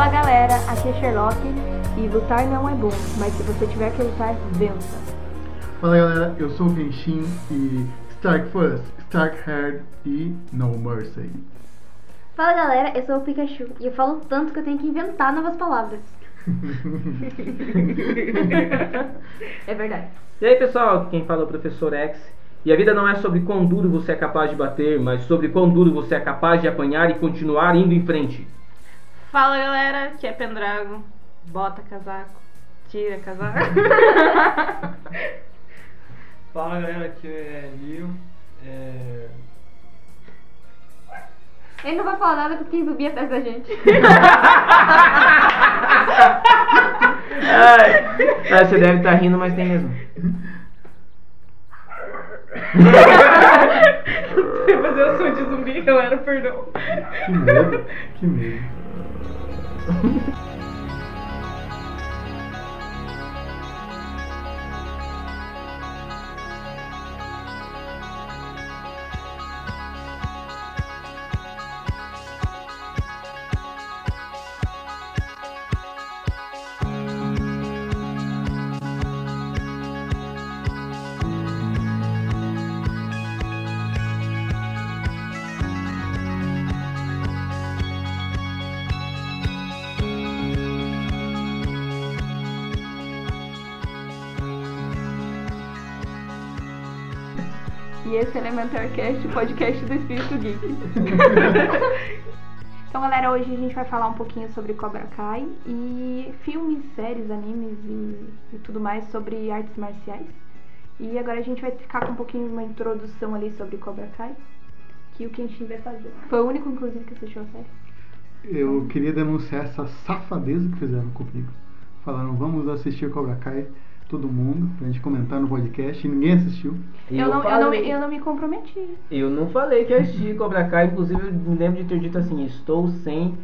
aqui é Sherlock e lutar não é bom, mas se você tiver que lutar, vença. Fala galera, eu sou o Genshin e Stark First, Stark Hard e No Mercy. Fala galera, eu sou o Pikachu e eu falo tanto que eu tenho que inventar novas palavras. É verdade. E aí pessoal, aqui quem fala é o Professor X. E a vida não é sobre quão duro você é capaz de bater, mas sobre quão duro você é capaz de apanhar e continuar indo em frente. Fala galera, que é Pendrago. Bota casaco, tira casaco. Fala galera, aqui é Lio. É... Ele não vai falar nada porque quem subia atrás da gente. Ai, ai, Ah, você deve estar rindo, mas tem mesmo. Vai fazer o som de zumbi, galera, perdão. Que medo, que medo. E esse é Elementar Cast, o podcast do Espírito Geek. então, galera, hoje a gente vai falar um pouquinho sobre Cobra Kai e filmes, séries, animes e, e tudo mais sobre artes marciais. E agora a gente vai ficar com um pouquinho de uma introdução ali sobre Cobra Kai, que o Kenshin vai fazer. Foi o único, inclusive, que assistiu a série. Eu queria denunciar essa safadeza que fizeram comigo. Falaram, vamos assistir Cobra Kai, todo mundo, pra gente comentar no podcast, e ninguém assistiu. eu, não, eu, não, falei, eu não me comprometi. eu não falei que eu assisti Cobra Kai, inclusive eu me lembro de ter dito assim, estou sem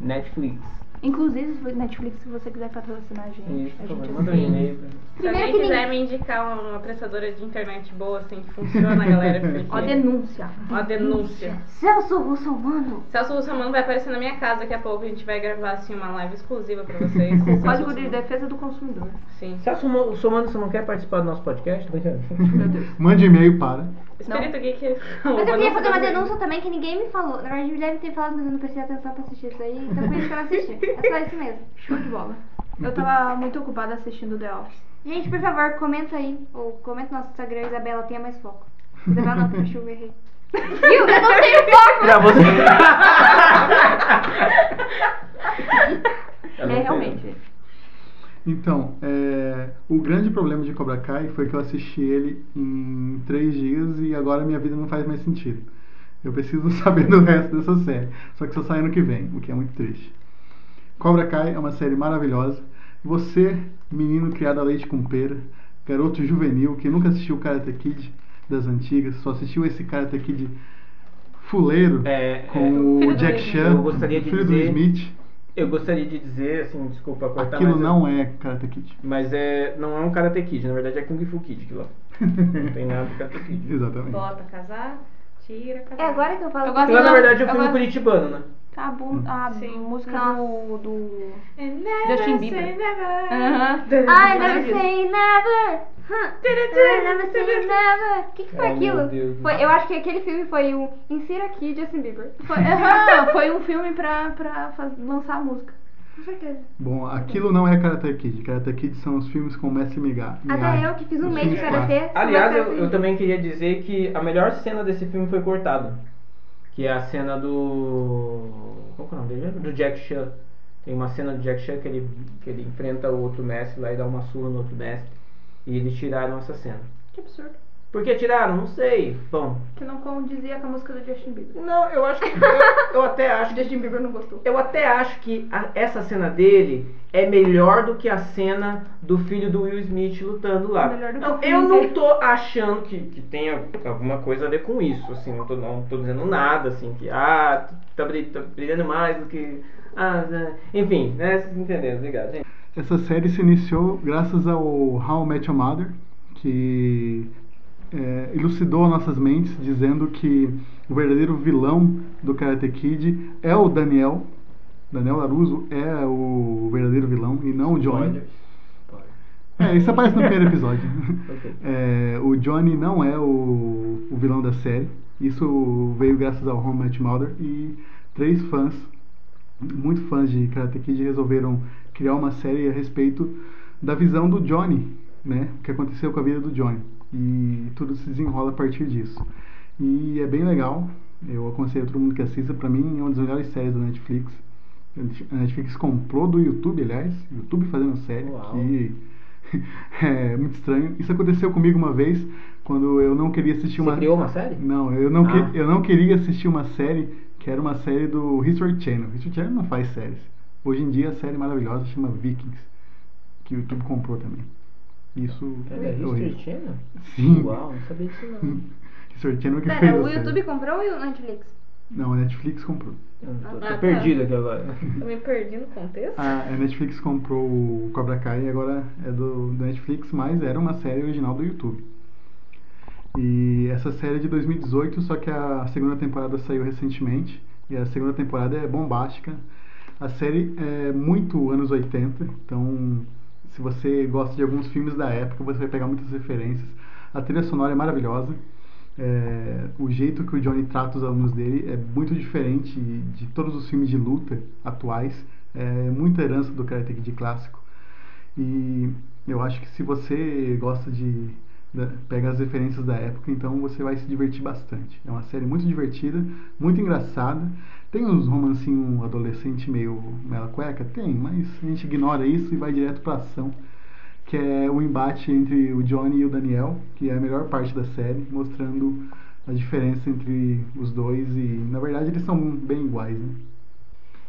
Netflix. Inclusive, se- Netflix, se você quiser patrocinar a gente, Isso, a por gente aceita. favor, manda um e-mail pra mim. Se alguém que quiser me indicar uma prestadora de internet boa, assim, que funciona, galera, Ó, porque... denúncia. Ó, denúncia. Celso Russo Mano. Celso Russomano vai aparecer na minha casa daqui a pouco. A gente vai gravar, assim, uma live exclusiva pra vocês. O Código de Defesa do Consumidor. Sim. Celso, Mo- o Somano, você não quer participar do nosso podcast? Tô brincando. Meu Deus. Mande e-mail para. Espírito Geek... Mas eu queria fazer uma denúncia também que ninguém me falou. Na verdade, me deve ter falado, mas eu não prestei atenção pra assistir isso aí. Então por isso que eu não assisti. É só isso mesmo. Show de bola. Eu Uhum. tava muito ocupada assistindo The Office. Gente, por favor, comenta aí. Ou comenta no nosso Instagram, Isabela tenha mais foco. Isabela não, Pikachu, eu errei. Viu? Eu não tenho foco! pra você. Eu não é sei. realmente. Então, é, o grande problema de Cobra Kai foi que eu assisti ele em três dias e agora minha vida não faz mais sentido. Eu preciso saber do resto dessa série, só que só sai ano que vem, o que é muito triste. Cobra Kai é uma série maravilhosa. Você, menino criado a leite com pera, garoto juvenil que nunca assistiu Karate Kid das antigas, só assistiu esse Karate Kid fuleiro É, com Filho o do Jack Smith. Chan, Eu gostaria de filho dizer- do Smith. Eu gostaria de dizer, assim, desculpa cortar, Aquilo mas eu- não é Karate Kid. Mas é, não é um Karate Kid, na verdade é Kung Fu Kid aquilo lá. Não tem nada de Karate Kid. Exatamente. Bota casar, tira casar. É agora que eu falo. Eu gosto Aquilo na Não, verdade é um eu filme gosto- curitibano, né? tá A, bu- a Sim. música Nossa. do, do. And É never Justin Justin Bieber. Bieber. Aham. I never say never. Huh. I never say never. O que, que Ai, foi Oh, meu aquilo? Deus do Foi- céu. eu acho que aquele filme foi o Insira aqui Justin Bieber. Foi, aham, foi um filme pra, pra faz- lançar a música. Com certeza. Bom, aquilo não é Karate Kid. Karate Kid são os filmes com o Mestre Miga- Miyagi. Até eu que fiz um Os mês de filmes é karatê. sou Aliás, eu, bastante- eu também queria dizer que a melhor cena desse filme foi cortada. Que é a cena do. Qual que é o nome dele? mesmo? Do Jack Chan. Tem uma cena do Jack Chan que ele, que ele enfrenta o outro mestre lá e dá uma surra no outro mestre. E eles tiraram essa cena. Que absurdo. Por que tiraram? Não sei. Bom. Que não condizia com a música do Justin Bieber. Não, eu acho que. Eu, eu até acho O que. Justin Bieber não gostou. Eu até acho que a- essa cena dele é melhor do que a cena do filho do Will Smith lutando lá. Melhor do que não, o filme eu não inteiro. tô achando que, que tenha alguma coisa a ver com isso, assim, não tô, não tô dizendo nada, assim, que ah, tá, bri- tá brilhando mais do que. Ah, né. enfim, né? Vocês entenderam, obrigado, gente. Essa série se iniciou graças ao How I Met Your Mother, que é, elucidou nossas mentes dizendo que o verdadeiro vilão do Karate Kid é o Daniel, Daniel Laruso é o verdadeiro vilão e não o Johnny. É, isso aparece no primeiro episódio. Ok. É, o Johnny não é o, o vilão da série. Isso veio graças ao Home Match Mother e três fãs, muito fãs de Karate Kid, resolveram criar uma série a respeito da visão do Johnny, né? O que aconteceu com a vida do Johnny. E tudo se desenrola a partir disso. E é bem legal. Eu aconselho todo mundo que assista. Pra mim, é uma das melhores séries da Netflix. A Netflix comprou do YouTube, aliás. YouTube fazendo série. Uau. Que é muito estranho. Isso aconteceu comigo uma vez, quando eu não queria assistir Você uma. criou uma série? Não, eu não, que- Ah. eu não queria assistir uma série que era uma série do History Channel. History Channel não faz séries. Hoje em dia a série maravilhosa chama Vikings, que o YouTube comprou também. Isso É da horrível. History Channel? Sim. Uau, não sabia disso não. History Channel que fez Pera, a É, o série. YouTube comprou e o Netflix? Não, a Netflix comprou. Eu tô- Ah, Tô tá. perdido aqui agora. Eu me perdi no contexto. Ah. A a É, Netflix comprou o Cobra Kai e agora é do, da Netflix, mas era uma série original do YouTube. E essa série é de 2018, só que a segunda temporada saiu recentemente. E a segunda temporada é bombástica. A série é muito anos 80, então se você gosta de alguns filmes da época, você vai pegar muitas referências. A trilha sonora é maravilhosa. É, o jeito que o Johnny trata os alunos dele é muito diferente de todos os filmes de luta atuais. É muita herança do Karate Kid clássico. E eu acho que se você gosta de, da- pega as referências da época, então você vai se divertir bastante. É uma série muito divertida, muito engraçada. Tem uns romancinho adolescente meio mela cueca? Tem, mas a gente ignora isso e vai direto pra ação. Que é o embate entre o Johnny e o Daniel, que é a melhor parte da série, mostrando a diferença entre os dois e, na verdade, eles são bem iguais, né?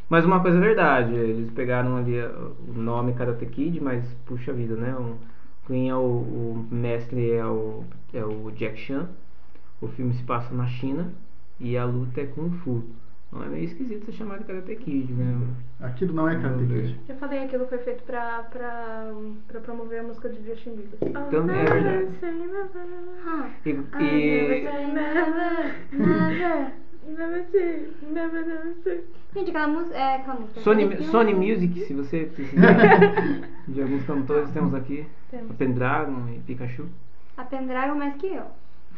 Mas uma coisa é verdade, eles pegaram ali uh, o nome Karate Kid, mas puxa vida, né? O- Quem é o, o mestre é o, é o Jack Chan, o filme se passa na China e a luta é Kung Fu. Então é meio esquisito ser chamado Karate Kid, né? Aquilo não é Karate Kid. Eu falei que aquilo foi feito pra, pra, pra promover a música de Justin Bieber. Também é verdade. Ah, E, é never e say never, never. Gente, aquela música. É aquela música. Sony, Aquele filme- Sony Music, se você precisar de alguns cantores, temos aqui o Pendragon e Pikachu. A Pendragon mais que eu.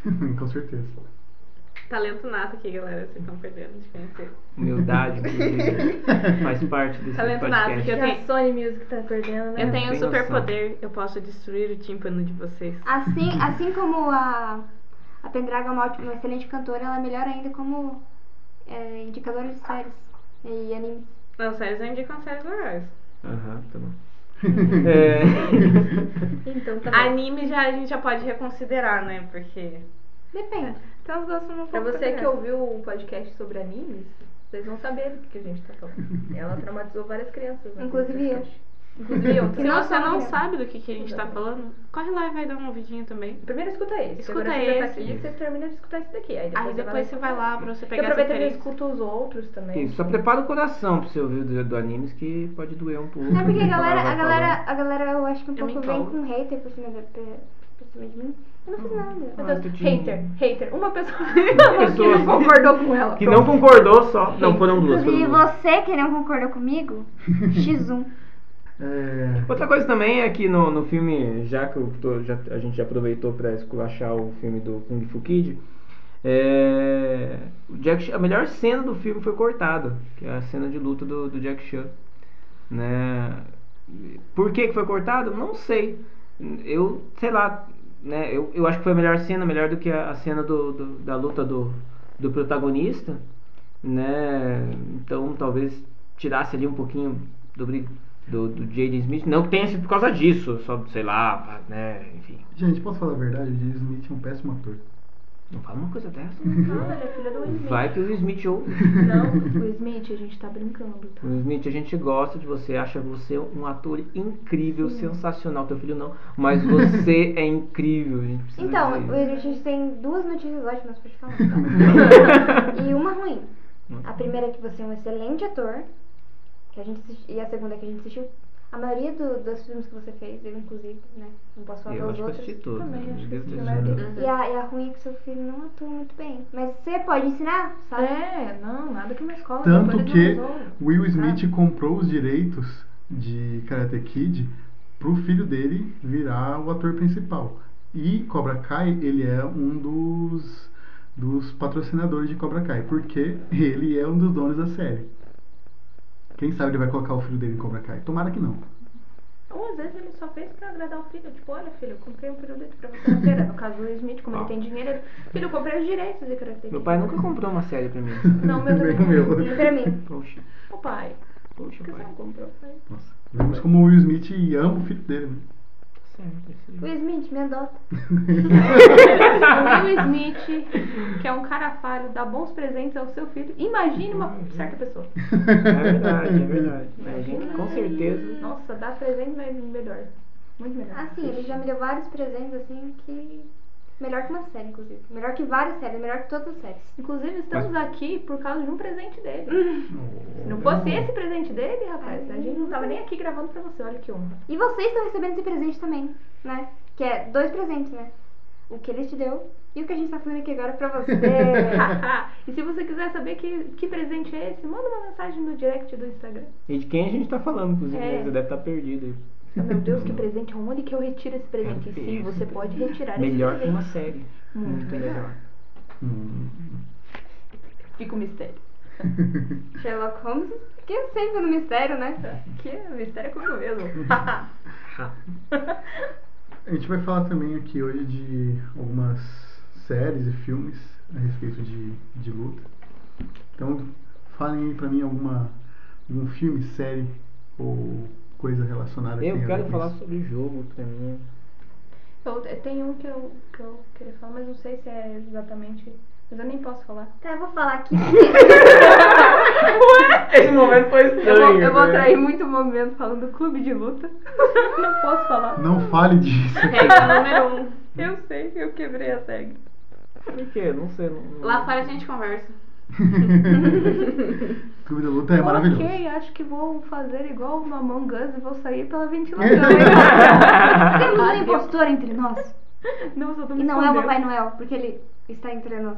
Com certeza. Talento nato aqui, galera. Vocês estão perdendo de conhecer. Humildade, inclusive, faz parte desse Talento nato que podcast. eu A tenho. Sony Music tá perdendo, né? Eu tenho um Tem noção. superpoder. Eu posso destruir o tímpano de vocês. Assim, assim como a, a Pendragon é uma, ótima- uma excelente cantora, ela é melhor ainda como é, indicadora de séries e animes. Não, séries eu indico séries legais. Aham, tá bom. É. Então tá Ah. Anime já, a gente já pode reconsiderar, né? Porque Depende. tem uns gostos um não Pra você que ouviu o podcast sobre animes, vocês vão saber do que que a gente tá falando. Ela traumatizou várias crianças. né? Inclusive eu. Inclusive eu. Se não você não sabe. sabe do que, que a gente tá falando, corre lá e vai dar um ouvidinho também. Primeiro escuta esse. Escuta Agora você já tá esse. aqui, você termina de escutar esse daqui. Aí depois, Aí depois você vai lá pra você Você pegar aproveita e referências. escuta os outros também. Isso, só prepara o coração pra você ouvir do, do animes que pode doer um pouco. Não é porque a Como ela galera, a vai falando. galera, a galera eu acho que um Eu me pouco vem empolgo. com hater por cima, da, pe- por cima de mim. Eu não fiz nada. Meu Ah, Deus, tu tinha- hater, hater. Uma pessoa que não concordou com ela. assim. Que não concordou só. Não, foram duas. foram Inclusive duas. você que não concordou comigo, X1. É, Outra coisa também é que no, no filme, já que eu tô- já- a gente já aproveitou pra esculachar o filme do Kung Fu Kid, é, o Jack Chan- a melhor cena do filme foi cortada, que é a cena de luta do, do Jack Chan. Né? Por que, que foi cortado? Não sei. Eu, sei lá, né? eu, eu acho que foi a melhor cena, melhor do que a, a cena do, do- da luta do, do protagonista. Né? Então talvez tirasse ali um pouquinho do, bri- do, do Jaden Smith. Não que tenha sido por causa disso, só sei lá, né? Enfim. Gente, posso falar a verdade? O Jaden Smith é um péssimo ator. Não fala uma coisa dessa. Não, né, ela é filha do Will Smith. Vai que o Smith ouve. Não, o Smith, a gente tá brincando, tá? O Smith, a gente gosta de você, acha você um ator incrível, sensacional. Teu filho não, mas você é incrível. A gente precisa Então, dizer a gente tem duas notícias ótimas pra te falar. e uma ruim. A primeira é que você é um excelente ator. Que a gente assisti- e a segunda é que a gente assistiu A maioria do- dos filmes que você fez, eu inclusive, né? Não posso falar Eu dos acho que eu outros. assisti tudo. né? Também acho que né? Devo ter assisti a assistido. maioria. E a, e a ruim é que seu filho não atua muito bem. Mas você pode ensinar, sabe? É, não, nada que uma escola. Tanto depois que eles não resolvem. Will Smith comprou os direitos de Karate Kid pro filho dele virar o ator principal. E Cobra Kai, ele é um dos, dos patrocinadores de Cobra Kai, porque ele é um dos donos da série. Quem sabe ele vai colocar o filho dele em Cobra Kai? Tomara que não. Ou às vezes ele só fez pra agradar o filho. Tipo, olha, filho, eu comprei um pirulito pra você na feira. No caso do Will Smith, como ele tem dinheiro, ele, filho, eu comprei os direitos de Karate Meu Kid." pai nunca comprou uma série pra mim. Não, meu Bem também. não. meu. E pra mim. Poxa, O pai. poxa, Por que você pai. não comprou pra ele? Nossa, vemos como o Will Smith ama o filho dele, né? Certo, isso aí. Will Smith, me adota. O Will Smith, que é um cara falho, dá bons presentes ao seu filho. Imagine uma certa pessoa. É verdade, é verdade. Tem gente que com certeza. Nossa, dá presente, mas melhor. Muito melhor. Assim, ele já me deu vários presentes, assim, que... Melhor que uma série, inclusive. Melhor que várias séries, melhor que todas as séries. Inclusive, estamos aqui por causa de um presente Hum. dele. Se não fosse esse presente dele, rapaz, a gente não tava nem aqui gravando pra você. Olha que honra. E vocês estão recebendo esse presente também, né? Que é dois presentes, né? O que ele te deu e o que a gente tá fazendo aqui agora pra você. Ah, e se você quiser saber que, que presente é esse, manda uma mensagem no direct do Instagram. E de quem a gente tá falando, inclusive, É. né? Você deve estar perdido aí. Meu Deus, que presente. Onde que eu retiro esse presente? E sim, você pode retirar Melhor esse que uma presente. série. Muito melhor. Hum. Fica o mistério. Sherlock Holmes, que é sempre no mistério, né? Que mistério é comigo mesmo. A gente vai falar também aqui hoje de algumas séries e filmes a respeito de, de luta. Então, falem aí pra mim alguma, algum filme, série ou coisa relacionada que tenha Eu a ver quero com falar isso. sobre o jogo pra mim. Eu, tem um que eu, que eu queria falar, mas não sei se é exatamente. Mas eu nem posso falar. Tá, eu vou falar aqui. Esse momento foi Eu estranho. vou, eu vou né? trair muito momento falando do clube de luta. não posso falar. Não fale disso. É. Regra número um. Eu sei, eu quebrei a regra. Por quê? Não sei. Não, não- Lá fora a gente conversa. Clube da Luta é maravilhoso. Ok, acho que vou fazer igual no Among Us e vou sair pela É ventilação. Temos um Adeus. impostor entre nós. não, só tô me E não é o escondendo. Papai Noel, porque ele está entre nós.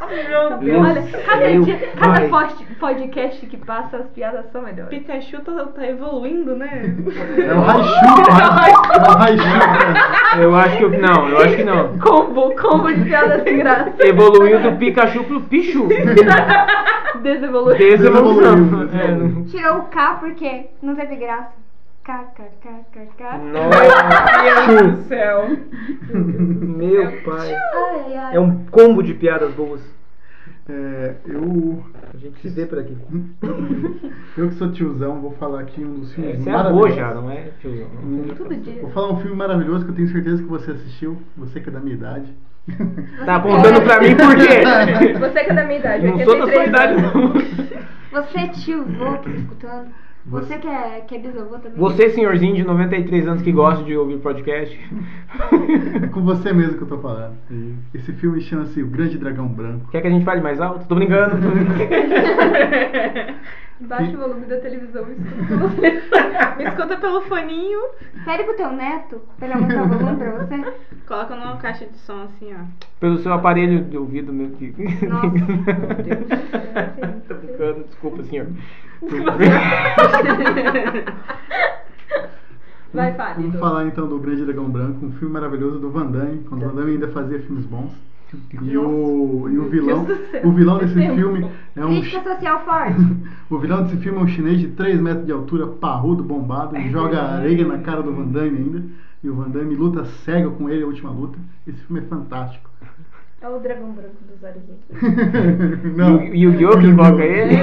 Olha, cada, Meu dia, cada pai. post- podcast que passa, as piadas são melhores. Pikachu tá, tá evoluindo, né? É o um Raichu, cara. É o Raichu. Eu acho que. eu- Não, eu acho que não. Combo, combo de piadas sem graça. Evoluiu do Pikachu pro Pichu. Desevoluiu. Desevolução. Desevoluiu, É, não- Tirou o K porque não teve graça. K, K, K, K, É, K. Nossa, Meu Deus do céu. meu pai. Ai, ai. É um combo de piadas boas. É, eu, A gente se vê por aqui. eu que sou tiozão, vou falar aqui um dos filmes Você é avô maravilhosos. já, não é, tio? Todo dia. Vou falar um filme maravilhoso que eu tenho certeza que você assistiu, você que é da minha idade. Tá apontando pra mim por quê? Você que é da minha idade, Não sou da sua 83 idade, anos. não. Você, tio, vô que tá escutando. Você que é, que é bisavô também. Você, senhorzinho de 93 anos que gosta de ouvir podcast. É com você mesmo que eu tô falando. Esse filme chama-se O Grande Dragão Branco. Quer que a gente fale mais alto? Tô brincando. Tô brincando. Baixa o volume da televisão e escuta você. Me escuta pelo foninho. Pede pro teu neto pra ele aumentar o volume pra você. Coloca numa caixa de som assim, ó. Pelo seu aparelho de ouvido meu que. Nossa, Tô brincando, desculpa, senhor. Vai, fale. Vamos falar então do Grande Dragão Branco, um filme maravilhoso do Van Damme, quando o Van Damme ainda fazia filmes bons. E o, e o vilão, Deus do céu. o vilão desse Tempo. filme é um Crítica social forte. o vilão desse filme é um chinês de 3 metros de altura, parrudo, bombado, É e joga areia na cara do Van Damme ainda. E o Van Damme luta cego com ele a última luta. Esse filme é fantástico. É o dragão branco dos olhos azuis. Não, E o Gyo que Yu-Gi-Oh! invoca ele.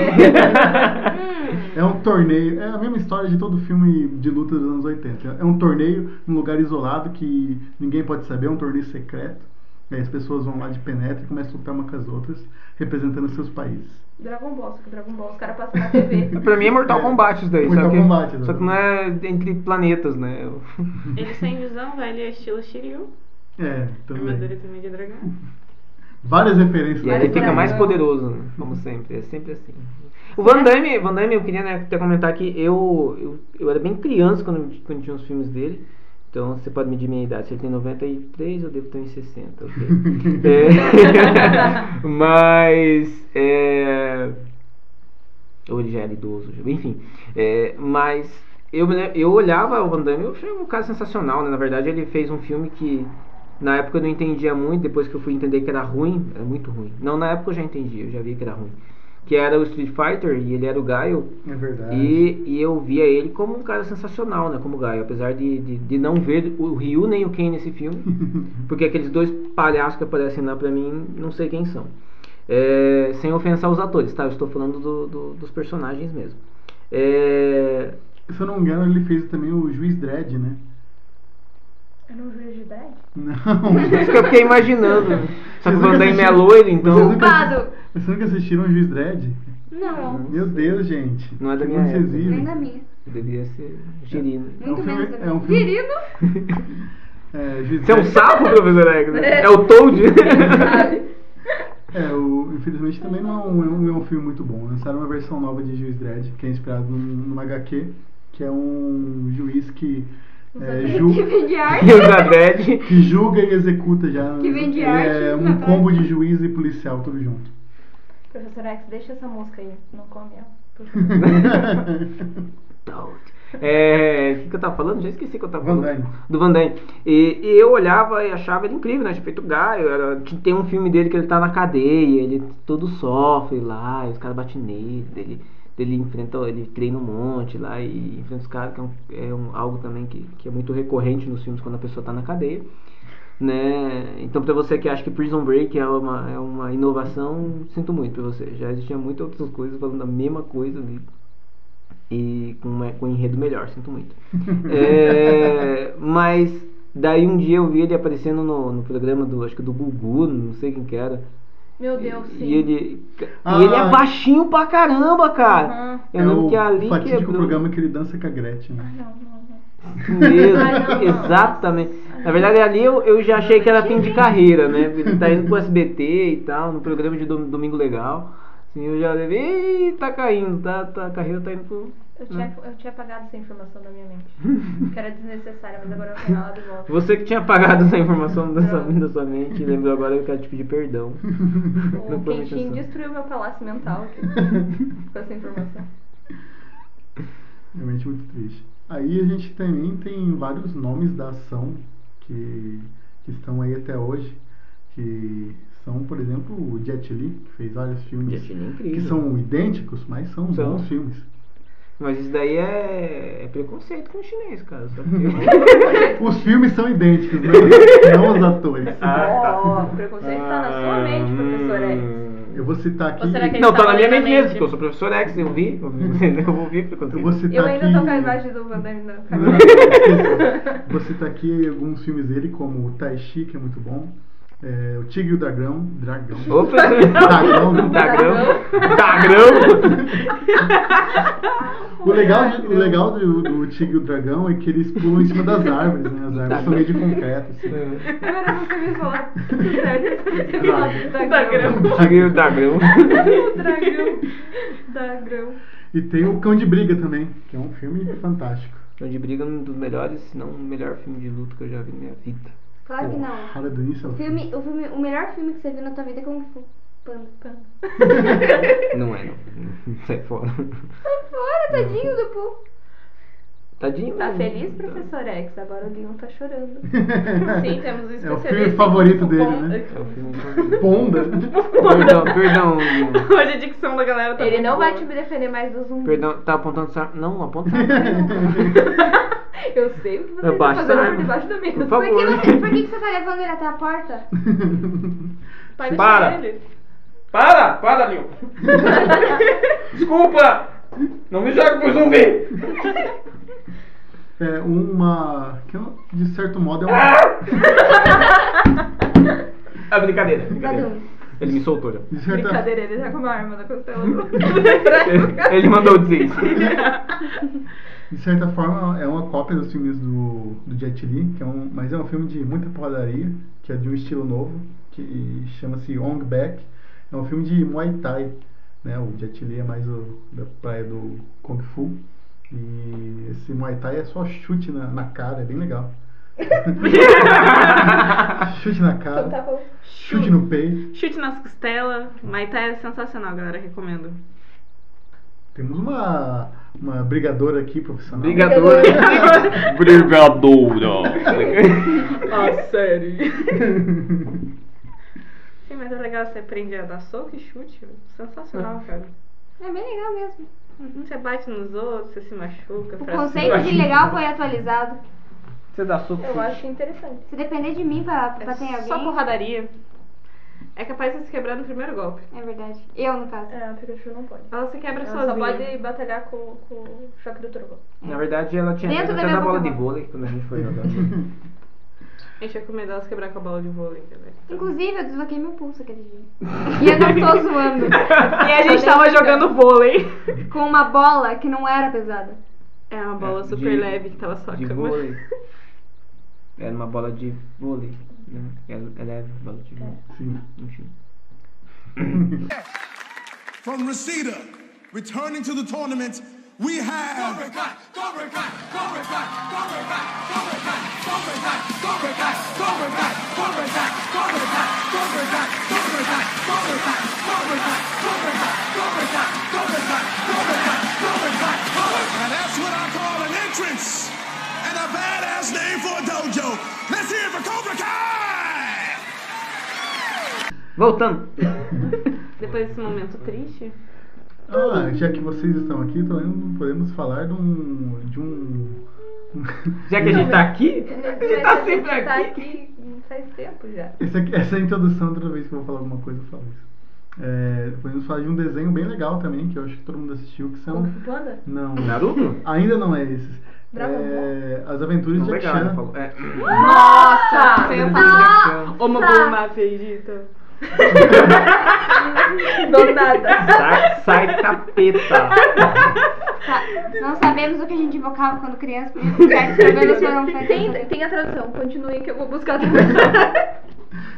É um torneio, é a mesma história de todo filme de luta dos anos 80. É um torneio num lugar isolado que ninguém pode saber, é um torneio secreto. E aí as pessoas vão lá de penetra e começam a lutar uma com as outras, representando seus países. Dragon Ball, só que Dragon Ball os caras passam na TV. Pra mim é Mortal Kombat isso daí. Mortal só que, Kombat, Só exatamente. que não é entre planetas, né? Eu- Ele sem visão, vai ali ao estilo Shiryu. É, Armadura também. também de dragão. Várias referências. E aí da né? ele fica Disney. mais poderoso, né? Como sempre. É sempre assim. O Van Damme, Van Damme eu queria né, até comentar que eu, eu, eu era bem criança quando, quando tinha os filmes dele. Então você pode medir minha idade. Se ele tem 93, eu devo ter uns 60. ok? É, mas. É, ou ele já era idoso, já- enfim. É, mas eu, me lem- eu olhava o Van Damme, eu achei um cara sensacional, né? Na verdade, ele fez um filme que na época eu não entendia muito, depois que eu fui entender que era ruim, era muito ruim. Não, na época eu já entendi, eu já vi que era ruim. Que era o Street Fighter e ele era o Gaio. É verdade. E, e eu via ele como um cara sensacional, né? Como Gaio, apesar de, de, de não ver o Ryu nem o Ken nesse filme. Porque aqueles dois palhaços que aparecem lá pra mim, não sei quem são. É, sem ofensar os atores, tá? Eu estou falando do- do- dos personagens mesmo. É, Se eu não me engano, ele fez também o Juiz Dredd, né? Eu um não juiz de idade? Não. é isso que eu fiquei imaginando. Tá Só que Vocês o Van nunca Damme é assistiram- loiro, então. Vocês nunca, Culpado! vocês nunca assistiram o Juiz Dredd? Não, Meu Deus, gente. Não é da Que minha mundo vocês época. vivem? nem da minha. Devia ser girino. Muito um filme- menos da minha. é um filme- Querido? É, Juiz Você é um Dredd- sapo, professor Eggs? É o Toad? É, o, infelizmente também não é um, não é um filme muito bom. Lançaram uma versão nova de Juiz Dredd, que é inspirado num, numa HQ, que é um juiz que, é, ju- Que vem de arte? e o da Dredd. que julga e executa já. Que vem de Ele arte, é um rapaz. combo de juiz e policial, tudo junto. Professor X, deixa essa música aí. Não come ela. por favor. Toad. É, o que que eu tava falando? Já esqueci o que eu tava Van falando. Damme. do Van Damme. E, e eu olhava e achava ele incrível, né? Tinha feito Gaio. Era, que tem um filme dele que ele tá na cadeia, ele todo sofre lá, e os caras batem nele, dele, dele enfrenta, ele treina um monte lá e enfrenta os caras, que é, um, é um- algo também que, que é muito recorrente nos filmes quando a pessoa tá na cadeia. Né? Então, pra você que acha que Prison Break é uma, é uma inovação, sinto muito pra você. Já existia muitas outras coisas falando a mesma coisa ali e com, uma- com um enredo melhor, sinto muito. É, mas daí um dia eu vi ele aparecendo no, no programa do, acho que do Gugu, não sei quem que era. Meu Deus, sim. E ele, Ah. e ele é baixinho pra caramba, cara. Ah, Eu é lembro o que ali fatídico quebrou. programa que ele dança com a Gretchen, né? Não, não, não. Mesmo, Ai, não, não. exatamente. Na verdade, ali eu, eu já achei que era fim de carreira, né? Porque Ele tá indo pro SBT e tal, no programa de dom- Domingo Legal. Assim, eu já levei, "Ih, tá caindo, tá, tá, a carreira tá indo pro. Eu tinha, eu tinha apagado essa informação da minha mente. que era desnecessária, mas agora eu tenho ela de volta. Você que tinha apagado essa informação da sua, da sua mente e lembrou agora, eu quero te pedir perdão. O foi muito Quentin assim. destruiu meu palácio mental aqui, com essa informação. Realmente muito triste. Aí a gente também tem vários nomes da ação que, que estão aí até hoje, que são, por exemplo, o Jet Li, que fez vários filmes Jet Li é incrível. que são idênticos, mas são, São. bons filmes. Mas isso daí é, é preconceito com o chinês, cara. Só que eu- Os filmes são idênticos, né? não os atores. Ah. Ah, Ó, o preconceito tá na sua mente, professor hum. X. Eu vou citar aqui. Ou será que é ele Não, tá na minha mente Exatamente. mesmo, porque eu sou professor X, eu vi, eu vi, eu ouvi Eu vou preconceito. citar Eu ainda aqui... tô com a imagem do Van Damme na cabeça. Vou citar aqui alguns filmes dele, como o Tai Chi, que é muito bom, é, O Tigre e o Dragão. Dragão. Ô, Dragão, né? professor. Dagrão. Dagrão. O legal, o legal do, do Tigre e o Dragão é que eles pulam em cima das árvores, né? As árvores são meio de concreto, assim. É. Agora você me falar. Sério, você me Dragão. fala Dragão. Cheguei o Dagrão. O dragão. Dragão. E tem o Cão de Briga também, que é um filme fantástico. Cão de Briga é um dos melhores, se não o melhor filme de luto que eu já vi na minha vida. Claro que não. Cara do início ao O, fim. filme, o, filme, o melhor filme que você viu na tua vida é Kung Fu Panda. Não é, não. Sai fora. Sai fora, tadinho do Poo. Tadinho. Tá né? feliz, professor X? Agora o Leon tá chorando. Sim, temos um especialista. É o filme favorito dele, né? É o filme favorito. Ponda. Perdão, perdão. Leon. Hoje a dicção da galera tá Ele não vai bate te defender mais do zumbi. Perdão, tá apontando sarna. Não, aponta sarna. Eu sei o que você tá Abaixo, fazendo por sabe? debaixo da Por mesa. Por que, favor. você, por que que você tá levando ele até a porta? Pode Para. deixar ele. Para! Para, Lil! Desculpa! Não me joga pro zumbi! É uma. que é um- de certo modo é uma. Ah! É brincadeira, é brincadeira. Badum. Ele me soltou já. De certa, Brincadeira, ele já com uma arma na costela do. Ele mandou dizer isso. de certa forma é uma cópia dos filmes do, do Jet Li, que é um, mas é um filme de muita porradaria, que é de um estilo novo, que chama-se Ong Bak. É um filme de Muay Thai, né? O Jet Li é mais o, da praia do Kung Fu. E esse Muay Thai é só chute na, na cara, é bem legal. chute na cara, Então tá bom. chute no peito. Chute nas costelas. Maitá é sensacional, galera. Recomendo. Temos uma, uma brigadora aqui, profissional. Brigadora. Brigadora. Ah, sério. Sim, mas é legal você aprende a dar soco e chute. Ah. Sensacional, cara. É bem legal mesmo. Você bate nos outros, você se machuca. O É assim, fratura. conceito de legal foi atualizado. Você dá soco. Eu acho interessante. Se depender de mim pra pra bater em É alguém. Só porradaria. É capaz de se quebrar no primeiro golpe. É verdade. Eu, no caso. É, a Pikachu não pode. Ela se quebra Ela sozinha. só pode batalhar com, com o choque do trovão. Na verdade, ela tinha Dentro medo da até minha da bola de boca. vôlei quando a gente foi jogando. Gente, eu com medo dela se quebrar com a bola de vôlei, velho. Inclusive, eu desloquei meu pulso aquele dia. E eu não tô zoando. E a gente tava jogando vôlei. Com uma bola que não era pesada. É uma bola É, super de- leve que tava só a de cama. vôlei. Era uma bola de vôlei. Né? É, é leve, bola de vôlei. Sim. Enfim. From Reseda, returning to the tournament, we have. And that's what I call an entrance and a badass name for a dojo. Let's hear it for Cobra Kai! Voltando. Depois desse momento triste. Ah, já que vocês estão aqui, também não podemos falar de um. De um... Já que a gente tá aqui, você tá sempre Você tá aqui. aqui faz tempo já. Esse aqui- essa introdução, toda vez que eu vou falar alguma coisa, eu falo isso. É, podemos falar de um desenho bem legal também, que eu acho que todo mundo assistiu, que Kung são. Fu Panda? Não, Naruto? ainda não é esses. Dragon É, As Aventuras Não, de Jack legal, né? Chan. Falou. É. Nossa! Jack Chan. Uma bomba Vegeta. Do nada. Sai, sai capeta. Sa- Não sabemos o que a gente invocava quando criança, por isso que os problemas foram Tem, feitos. tem a tradução, continue que eu vou buscar a tradução.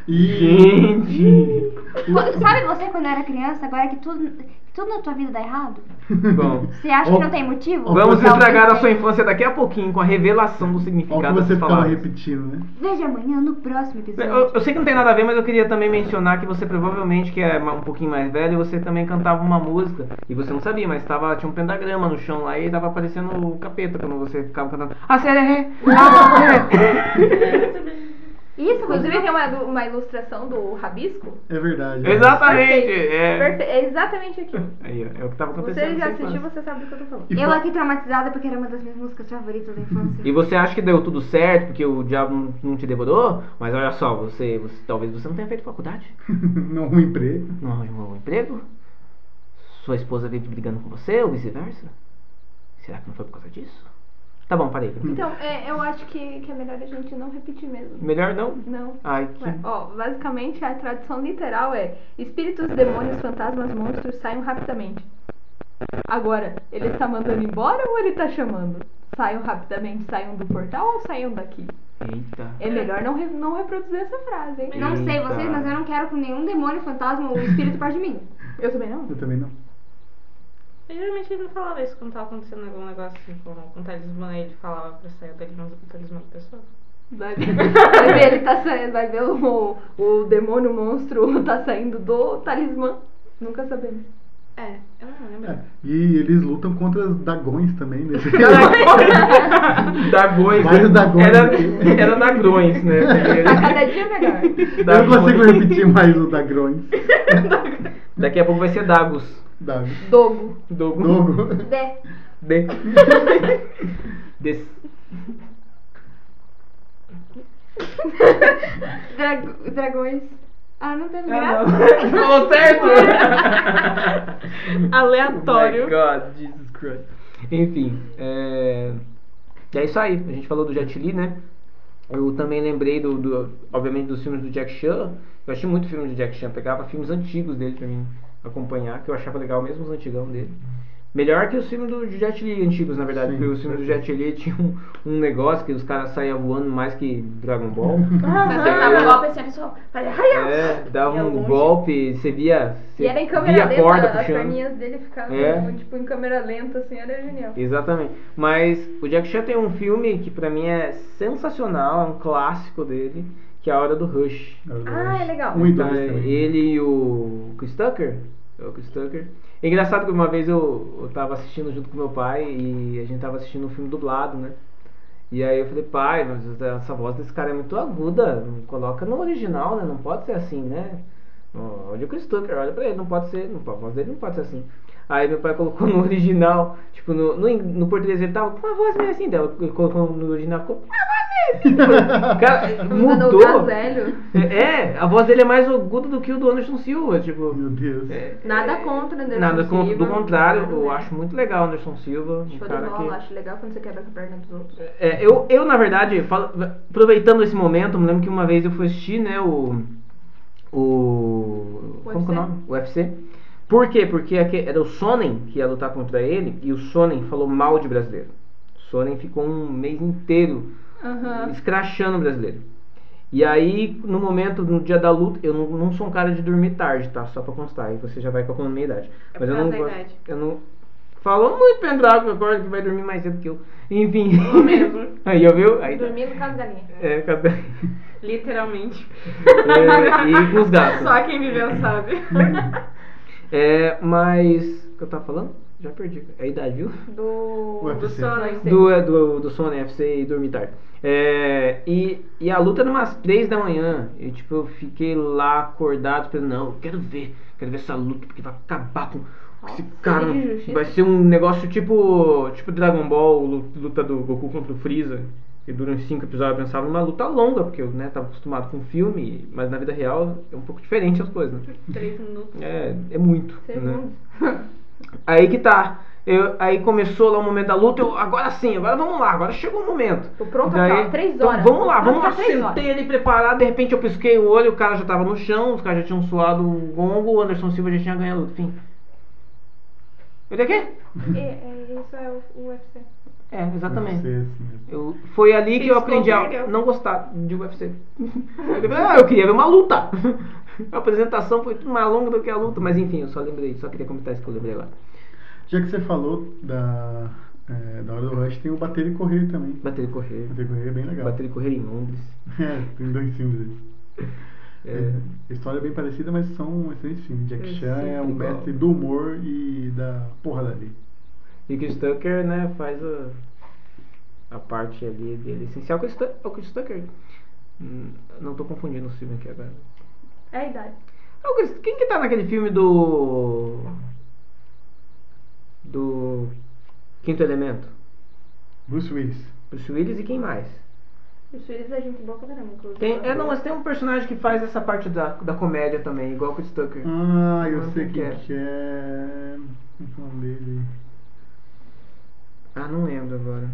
E. Gente. Quando- Sabe você quando era criança, agora que tudo, tudo na tua vida dá errado? Bom. Você acha Ó, que não tem motivo? Então, Vamos Talvez- estragar a sua infância daqui a pouquinho com a revelação do Olha o significado que você dessas ficava palavras. repetindo, né? Veja amanhã no próximo Eu, episódio. eu sei que não tem nada a ver, mas eu queria também mencionar que você provavelmente, que é ma- um pouquinho mais velho, você também cantava uma música e você não sabia, mas tava, tinha um pentagrama no chão lá e tava aparecendo o capeta quando você ficava cantando. Ah, sério, é. Ah, Isso, Inclusive tem uma, uma ilustração do rabisco. É verdade. é. Exatamente. Perfeito. É. Perfe- é exatamente aquilo. Aí, ó, é o que tava acontecendo. Você tá na já sua assistiu, infância. você sabe do que eu tô falando. E Eu fa- aqui traumatizada porque era uma das minhas músicas favoritas da infância. E você acha que deu tudo certo porque o diabo não- não te devorou? Mas olha só, você, você talvez você não tenha feito faculdade. não um emprego. não arrumou um emprego? Sua esposa vive brigando com você ou vice-versa? Será que não foi por causa disso? Tá bom, parei. Então, é, eu acho que, que é melhor a gente não repetir mesmo. Melhor não. Não. Ai, que. Ué, Ó, basicamente a tradução literal é espíritos, demônios, fantasmas, monstros saiam rapidamente. Agora, ele está mandando embora ou ele está chamando? Saiam rapidamente, saiam do portal ou saiam daqui? Eita. É melhor não, re- não reproduzir essa frase, hein? Não sei Eita. vocês, mas eu não quero que nenhum demônio, fantasma ou espírito parte de mim. Eu também não. Eu também não. Eu geralmente ele não falava isso quando tava acontecendo algum negócio assim, com um talismã, ele falava pra sair o talismã, o talismã da pessoa. Vai ver, vai ver ele tá saindo, vai ver o, o demônio o monstro tá saindo do talismã. Nunca sabemos. É, eu não lembro. É. E eles lutam contra os dagões também né? nesse Dagões. Vários dagões. né? Era, era dagrões, né? A cada dia é melhor. Porque Eu não consigo dagões. repetir mais o dagrões. Daqui a pouco vai ser Dagos. Dago. Dogo. Dogo. Dogo. Dé. De. Des. Drag- dragões. Ah, não teve Ah, graça. não. Falou certo? Aleatório. Oh my God, Jesus Christ. Enfim, é... é isso aí. A gente falou do Jet Li, né? Eu também lembrei, do, do- obviamente, dos filmes do Jack Chan. Eu achei muito filme do Jack Chan. Pegava filmes antigos dele pra mim acompanhar, que eu achava legal, mesmo os antigão dele. Melhor que os filmes do Jet Li antigos, na verdade. Sim, porque os filmes do Jet Li tinham um, um negócio que os caras saiam voando mais que Dragon Ball. Ah, Você acertava o golpe assim, a pessoa fazia. é, dava Ia um longe. golpe, você via. Você E era em câmera via a corda lenta, né, as puxando. perninhas dele ficavam É. tipo em câmera lenta, assim, era genial. Exatamente. Mas o Jack Chan tem um filme que pra mim é sensacional, é um clássico dele, que é A Hora do Rush. Ah, é legal. Um e Tá, dois também. ele e o Chris Tucker. É o Chris Tucker. É engraçado que uma vez eu, eu tava assistindo junto com meu pai e a gente tava assistindo um filme dublado, né? E aí eu falei, pai, mas essa voz desse cara é muito aguda, coloca no original, né? Não pode ser assim, né? Ó, Olha o Chris Tucker, olha pra ele, não pode ser, não, a voz dele não pode ser assim. Aí meu pai colocou no original, tipo, no, no, in- no português ele tava com uma voz meio assim, daí ele colocou no original ficou com uma voz meio assim. Cara, Usando o mudou. Gazelho. É, a voz dele é mais aguda do que o do Anderson Silva, tipo. Oh, Meu Deus. é- Nada é- contra o Anderson Nada Silva. contra, do contrário, eu Nada, né? acho muito legal o Anderson Silva. Um Show de cara bola, que, acho legal quando você quebra a perna dos outros. é, eu, eu, na verdade, falo- aproveitando esse momento, me lembro que uma vez eu fui assistir, né, o. O. Como que é o UFC? nome? O UFC. Por quê? Porque aque- era o Sonnen que ia lutar contra ele e o Sonnen falou mal de brasileiro. O Sonnen ficou um mês inteiro escrachando o brasileiro. E aí, no momento, no dia da luta, eu não, não sou um cara de dormir tarde, tá? Só pra constar, aí você já vai calculando a minha idade. Mas eu É causa não da gosto. idade. Eu não. Falou muito Pendrago agora que vai dormir mais cedo que eu. Enfim. mesmo. aí, ó, viu? Aí, tá. Dormir no caso da linha. É, por causa da- Literalmente. É, e com os gatos. Só quem viveu sabe. É, mas. O que eu tava falando? Já perdi. É a idade, viu? Do. UFC. Do sono. Do, é, do, do Sony FC e dormir tarde. É, e, e a luta era umas 3 da manhã. E tipo, eu fiquei lá acordado, pensando, não, eu quero ver, quero ver essa luta, porque vai acabar com. com Esse cara de justiça. vai ser um negócio tipo tipo Dragon Ball, lu- luta do Goku contra o Freeza. E durante cinco episódios eu pensava numa luta longa, porque eu né, tava acostumado com filme, mas na vida real é um pouco diferente as coisas, né? Três minutos. É, é muito. Né? Segundos. Aí que tá. Eu, aí começou lá o momento da luta, eu, agora sim, agora vamos lá, agora chegou o momento. Tô pronto Daí- aqui, ó. Três então, horas. vamos lá, Tô vamos lá. pronto pra três horas. Sentei ali preparado, de repente eu pisquei o olho, o cara já tava no chão, os caras já tinham suado o gongo, o Anderson Silva já tinha ganhado, enfim. Eu dei o é quê? isso é o UFC. É, Deve exatamente. ser assim mesmo. Eu, foi ali que eu Piscou, aprendi a perdeu. não gostar de UFC. Eu falei, ah, eu queria ver uma luta. A apresentação foi tudo mais longa do que a luta, mas enfim, eu só lembrei, só queria comentar isso que eu lembrei agora. Já que você falou da, é, da hora do rush, tem o Bater e Correr também. Bater e correr. Bater e Correr é bem legal. Bater e correr em Londres. É, tem dois filmes desses. É. A história é bem parecida, mas são excelentes filmes. Jack É Chan é um sempre igual. mestre do humor e da porra dali. E o Chris Tucker, né, faz a, a parte ali dele É essencial. O Chris, Tu- o Chris Tucker. hum, Não tô confundindo o filme aqui agora. É a idade. Ah, o Chris- Quem que tá naquele filme do. Do. Quinto Elemento? Bruce Willis. Bruce Willis e quem mais? Os filhos é gente boa pra caramba, inclusive. Tem, é, não, mas tem um personagem que faz essa parte da, da comédia também, igual o Chris Tucker. Ah, eu Não sei sei quem quem é. que é. Como é que é o nome dele? Ah, não lembro agora.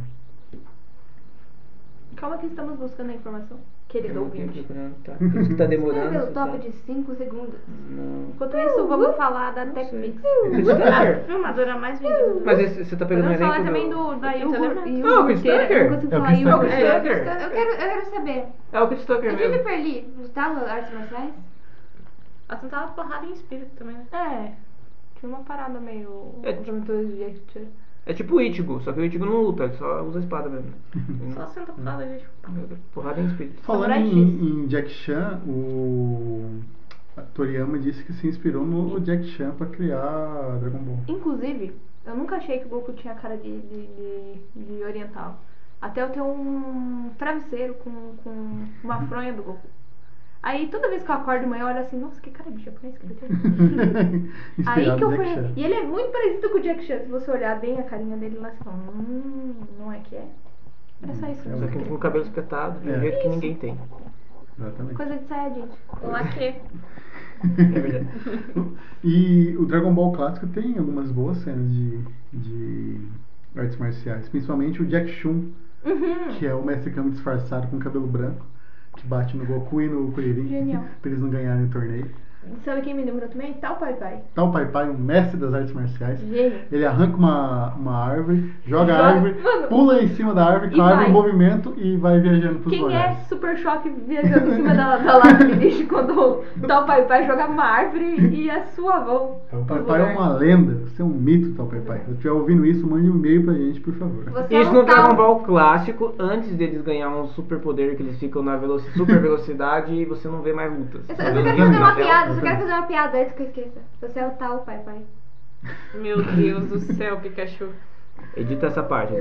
Calma que estamos buscando a informação. é Querido Eu não ouvinte. lembro, tá. Isso que tá demorando. Escreveu isso o tá- top de 5 segundos. Não. Enquanto isso, vamos falar da TechPix. Chris Tucker? Filmadora mais vendida do Mas esse- você tá pegando o Vamos elenco falar também do, da Quinto Yuhu. né? Elemento. Ah, o Chris Não Tucker? consigo É o falar Chris Yuhu. Tucker. É. Eu quero, eu quero saber. É o Chris Tucker Aquele mesmo. Perli lutava artes marciais? Assentava porrada em espírito também, né? É. Tinha uma parada meio. É, Os aventuras de Jack Chan. É tipo o Ichigo, só que o Ichigo não luta, ele só usa a espada mesmo. Ele Só não- senta porrada, tá gente. Porrada em espírito. Falando Samurai X. em, em Jack Chan, o Toriyama disse que se inspirou no Jack Chan pra criar Dragon Ball. Inclusive, eu nunca achei que o Goku tinha cara de, de, de- de oriental. Até eu ter um travesseiro com, com uma fronha do Goku. Aí toda vez que eu acordo de manhã, eu olho assim, nossa, que cara de japonês que ele tem. Aí que Inspirado eu no fui. Jack Chan. E ele é muito parecido com o Jack Chan. Se você olhar bem a carinha dele lá, você fala, hum, não é que é? Era só isso. Hum, Só que mesmo. é com o cabelo espetado, de um É. jeito que ninguém tem. Exatamente. Coisa de saia, gente. Um aqui. É verdade. E o Dragon Ball clássico tem algumas boas cenas de, de artes marciais, principalmente o Jack Chun, Uhum. que é o mestre Kami disfarçado com cabelo branco, que bate no Goku e no Kuririn Genial. pra eles não ganharem o torneio. Sabe quem me lembrou também? Tal Pai Pai. Tal Pai Pai, um mestre das artes marciais. Gênio. Ele arranca uma, uma árvore, joga Joga- a árvore, Mano. pula em cima da árvore, E com a árvore vai. em movimento e vai viajando pros Quem é lugares. super choque viajando em cima da, da lata de lixo quando o tal pai pai jogava uma árvore e a sua avó? Tal Pai Pai é uma lenda, você é um mito, Tal Pai Pai. Se estiver ouvindo isso, mande um e-mail pra gente, por favor. Você é Isso um no tal- Dragon Ball clássico, antes deles ganhar um superpoder que eles ficam na velo- super velocidade e você não vê mais lutas. Eu só, eu só quero fazer uma piada, eu só quero fazer uma piada antes que eu esqueça. Você é o tal pai pai. Meu Deus do céu, Pikachu. Edita essa parte.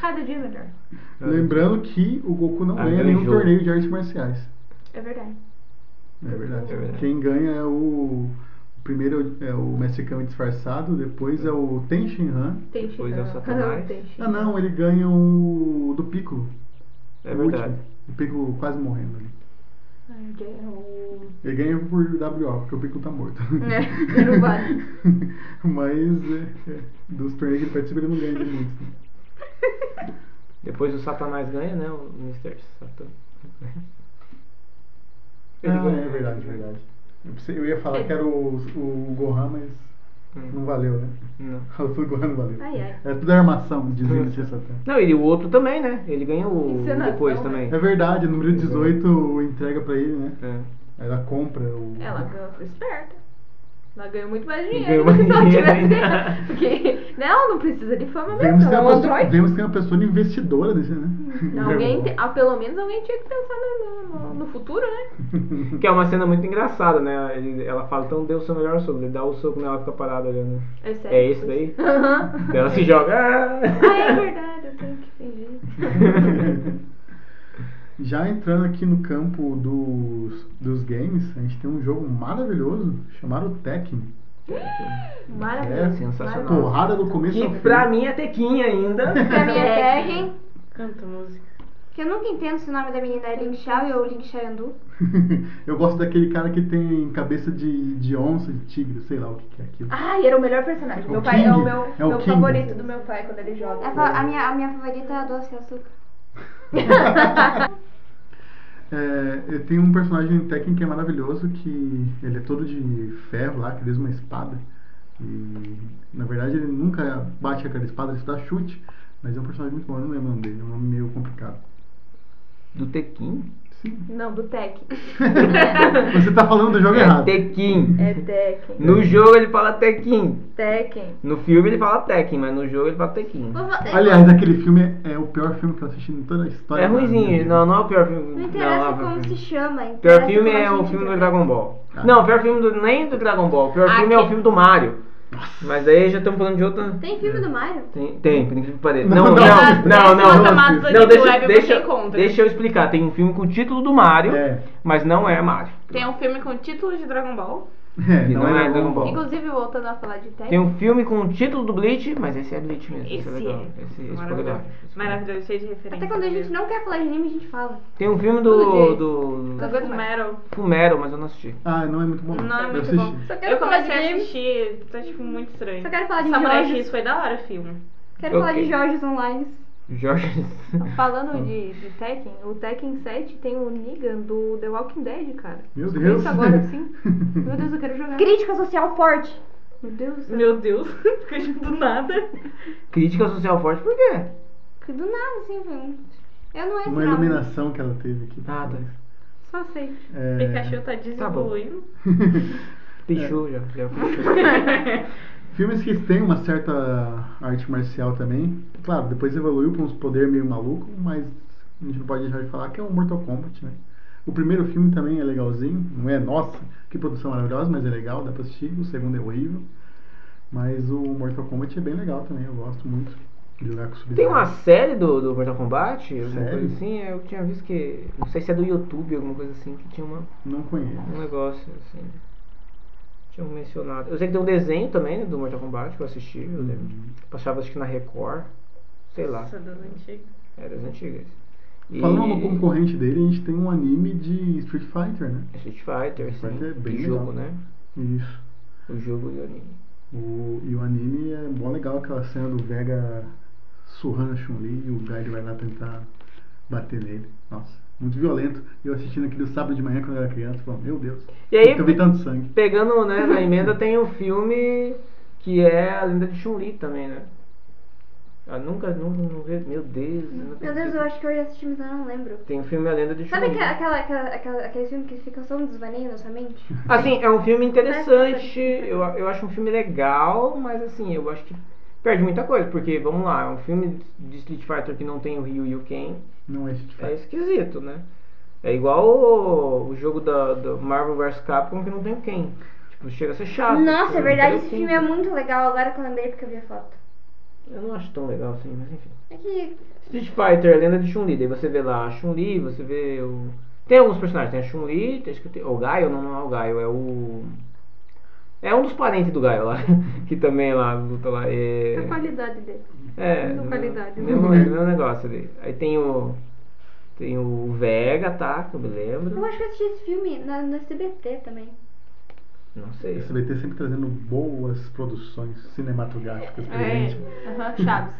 Cada é dia melhor. Lembrando que o Goku não Ah, ganha ganha nenhum jogo. torneio de artes marciais. É verdade. É verdade. É verdade. Quem ganha é o. o Primeiro é o Mestre Kami disfarçado, depois é o Ten Shin Han. Tem Depois Shin- é o ah, Satanás. tem Shin- Ah não, ele ganha o do Piccolo. É o verdade. último. O Piccolo quase morrendo ali. Ah, é o- Ele ganha por WO, porque o Piccolo tá morto. É, não vale. Mas é, é, dos torneios que ele participa, ele não ganha de muitos. né? Depois o Satanás ganha, né? O Mr. Satan. Ele Ah, ganha. é verdade, verdade. Eu pensei- Eu ia falar que era o, o Gohan, mas não valeu, né? Não. O Gohan não valeu. Ai, ai. É tudo armação, dizia o Satan. Não, e o outro também, né? Ele ganha o Encenação, depois né? também. É verdade, o número 18 entrega pra ele, né? É. Ela compra o. Ela ganhou, foi esperta. Ela ganhou muito mais Ganhou dinheiro do que mais se ela dinheiro tivesse ainda. ganhado. Porque né, ela não precisa de fama Vemos mesmo, que, ela é é um uma pessoa, androide. vemos que é uma pessoa investidora desse, né? Alguém te- ah, pelo menos alguém tinha que pensar no, no- no futuro, né? Que é uma cena muito engraçada, né? Ele- ela fala, então dê o seu melhor soco. Ele dá o soco nela fica parada olhando. É sério. É esse daí? Aham. Daí ela se joga. "Ah!" Ah, é verdade, eu tenho que fingir. Já entrando aqui no campo dos, dos games, a gente tem um jogo maravilhoso chamado Tekken. Maravilhoso. sensacional. Porrada do começo ao Que fim. pra mim é tequinha ainda. Pra mim é Tekken, Canta música. que eu nunca entendo se o nome da menina é Ling Xiao ou Ling Xiaoyandu. Eu gosto daquele cara que tem cabeça de, de onça, de tigre, sei lá o que, que é aquilo. Ah. Ai, era o melhor personagem. O meu pai é o King. meu, É o meu King. favorito do meu pai quando ele joga. A, fa- a minha, a minha favorita é a doce e açúcar. É, eu tenho um personagem em Tekken que é maravilhoso, que ele é todo de ferro lá, que ele usa uma espada. E na verdade ele nunca bate aquela espada, ele só dá chute, mas é um personagem muito bom, eu não lembro o nome dele, é um nome meio complicado. Do tequim? Sim. Não, do Tech. Você tá falando do jogo É errado. tequim. É Tekken. No jogo ele fala tequim. Tekken. No filme ele fala tequim, mas no jogo ele fala tequim. Vou vo- Aliás, aquele filme é, é o pior filme que eu assisti em toda a história. É da minha ruizinho, vida. não, não é o pior filme. não não, interessa é o pior como filme. se chama. O pior interessa filme como a é o gente filme do interpreta. Dragon Ball. Tá. Não, o pior filme do, nem do Dragon Ball. O pior filme é o filme do Mario. Mas aí já estamos falando de outra. Tem filme do Mario? Tem, tem, por incrível que pareça. Não, Não, não, não, não, não. Uma não, camada não, de deixa, web deixa, você encontra. deixa eu explicar. Tem um filme com o título do Mario, É. mas não é Mario. Tem um filme com título de Dragon Ball. É, Que não, é Dragon Ball. Inclusive, voltando a falar de Tekken. Tem um filme com o título do Bleach, mas esse é Bleach mesmo. Esse, é legal. Esse, esse foi legal. maravilhoso. Maravilhoso, cheio de referência. Até quando a gente não quer falar de anime, a gente fala. Tem um filme Tudo do. disso. do, do Full Metal. Fumero, mas eu não assisti. Ah, não é muito bom. Não é eu muito assisti. bom. Só quero Eu falar de comecei a games. assistir, tá tipo muito estranho. Só quero falar de Samurai Jorge. X foi da hora o filme. Quero falar de Ok. Jorges Online. Jorge. Falando de, de Tekken, o Tekken 7 tem o Negan do The Walking Dead, cara. Meu Descobri Deus. Isso agora sim. Meu Deus, eu quero jogar. Crítica social forte. Meu Deus do céu. Meu Deus, fiquei do nada. Crítica social forte, por quê? É. Que do nada, assim, foi um- Eu não Uma esperava. iluminação que ela teve aqui. Ah, tá. Só sei. É, Pikachu tá Tá bom. desevoluindo. Fechou já. já fechou. Filmes que têm uma certa arte marcial também. Claro, depois evoluiu para uns poderes meio maluco, mas a gente não pode deixar de falar que é um Mortal Kombat, né? O primeiro filme também é legalzinho, não é nossa, que produção maravilhosa, mas é legal, dá pra assistir. O segundo é horrível. Mas o Mortal Kombat é bem legal também, eu gosto muito de jogar com o Tem uma série do, do Mortal Kombat, alguma Série? coisa assim, eu tinha visto que. Não sei se é do YouTube, alguma coisa assim, que tinha uma, Não conheço. um negócio assim. Tinha um mencionado. Eu sei que tem um desenho também né, do Mortal Kombat que eu assisti, eu lembro. Uhum. Passava acho que na Record. Sei lá. Nossa, um das antigas. Era das antigas. E- Falando no concorrente dele, a gente tem um anime de Street Fighter, né? Street Fighter, Street sim. Fighter é bem o jogo, legal. né? Isso. O jogo de anime. O, e o anime é bom legal aquela cena do Vega surrando a Chun-Li e o Guide vai lá tentar bater nele. Nossa, muito violento. Eu assistindo aquilo sábado de manhã quando eu era criança, falando, meu Deus. E aí, eu vi tanto sangue. Pegando né, na emenda, tem o filme que é a lenda de Chun-Li também, né? Eu nunca, nunca, não vi. Meu Deus. eu não Meu Deus, acredito. eu acho que eu já assisti, mas eu não lembro. Tem o filme A Lenda de Sabe Chun-Li. aquela, aquela, aquela, aquela- aqueles filmes que ficam só um desvaneio na sua mente? Assim, é um filme interessante, É, eu, eu acho um filme legal, mas assim, eu acho que perde muita coisa, porque, vamos lá, é um filme de Street Fighter que não tem o Ryu e o Ken, Não é Street é Fighter. esquisito, né? É igual o, o jogo da, da Marvel vs Capcom que não tem o Ken. Tipo, chega a ser chato. Nossa, é eu verdade, não esse quero o filme Ken. é muito legal. Agora que eu lembrei porque eu vi a foto. Eu não acho tão legal assim, mas enfim. É que. Street Fighter, é lenda de Chun-Li. Daí você vê lá a Chun-Li, você vê o. Tem alguns personagens, tem a Chun-Li, tem acho que tem- o Gaio, não, não é o Gaio, é o. É um dos parentes do Gaio lá, que também lá luta lá. É, A qualidade dele. é mesma qualidade, né? mesmo, mesmo negócio ali. Aí tem o. Tem o Vega, tá? Que eu me Eu lembro. acho que eu assisti esse filme na, no SBT também. Não sei. SBT sempre trazendo boas produções cinematográficas pra É. gente. Aham, Chaves.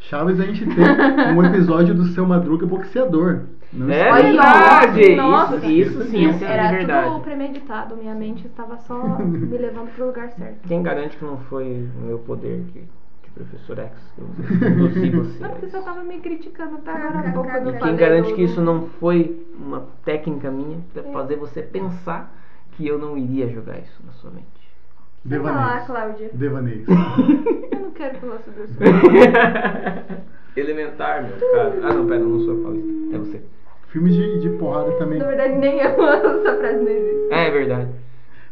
Chaves, a gente tem um episódio do Seu Madruga boxeador. Não É esquece. verdade! Nossa. Isso, isso sim, é cena de Era tudo verdade. premeditado, minha mente estava só me levando pro lugar certo. Quem garante que não foi o meu poder de, de professor X? que Eu induzi você. Não, a porque isso. você tá tava me criticando até agora há pouco. eu não Quem falei garante do- que isso não foi uma técnica minha pra É. fazer você pensar que eu não iria jogar isso na sua mente? Vai lá, Devaneios. Cláudia. Devaneios. Eu não quero falar sobre isso. Elementar, meu cara. Ah, não, pera, eu não sou paulista. É você. Filmes de, de porrada também. Na verdade, nem eu, essa frase não existe. É verdade.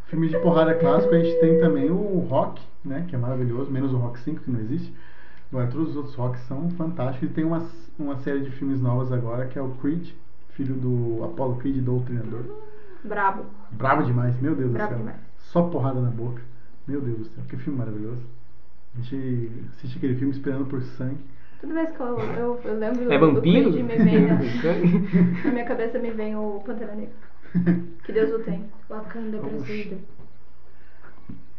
Filmes de porrada clássico, a gente tem também o rock, né? Que é maravilhoso, menos o Rock 5, que não existe. Agora todos os outros rocks são fantásticos. E tem uma, uma série de filmes novos agora, que é o Creed, filho do Apollo Creed, doutrinador. Brabo. Bravo demais, meu Deus Bravo do céu. demais. Só porrada na boca. Meu Deus do céu, que filme maravilhoso. A gente assiste aquele filme esperando por sangue. Toda vez que eu, eu, eu lembro do- É vampiro? do Creed, me né? vem a- na minha cabeça me vem o Pantera Negra. Que Deus o tem. Wakanda Vamos. Brasileira.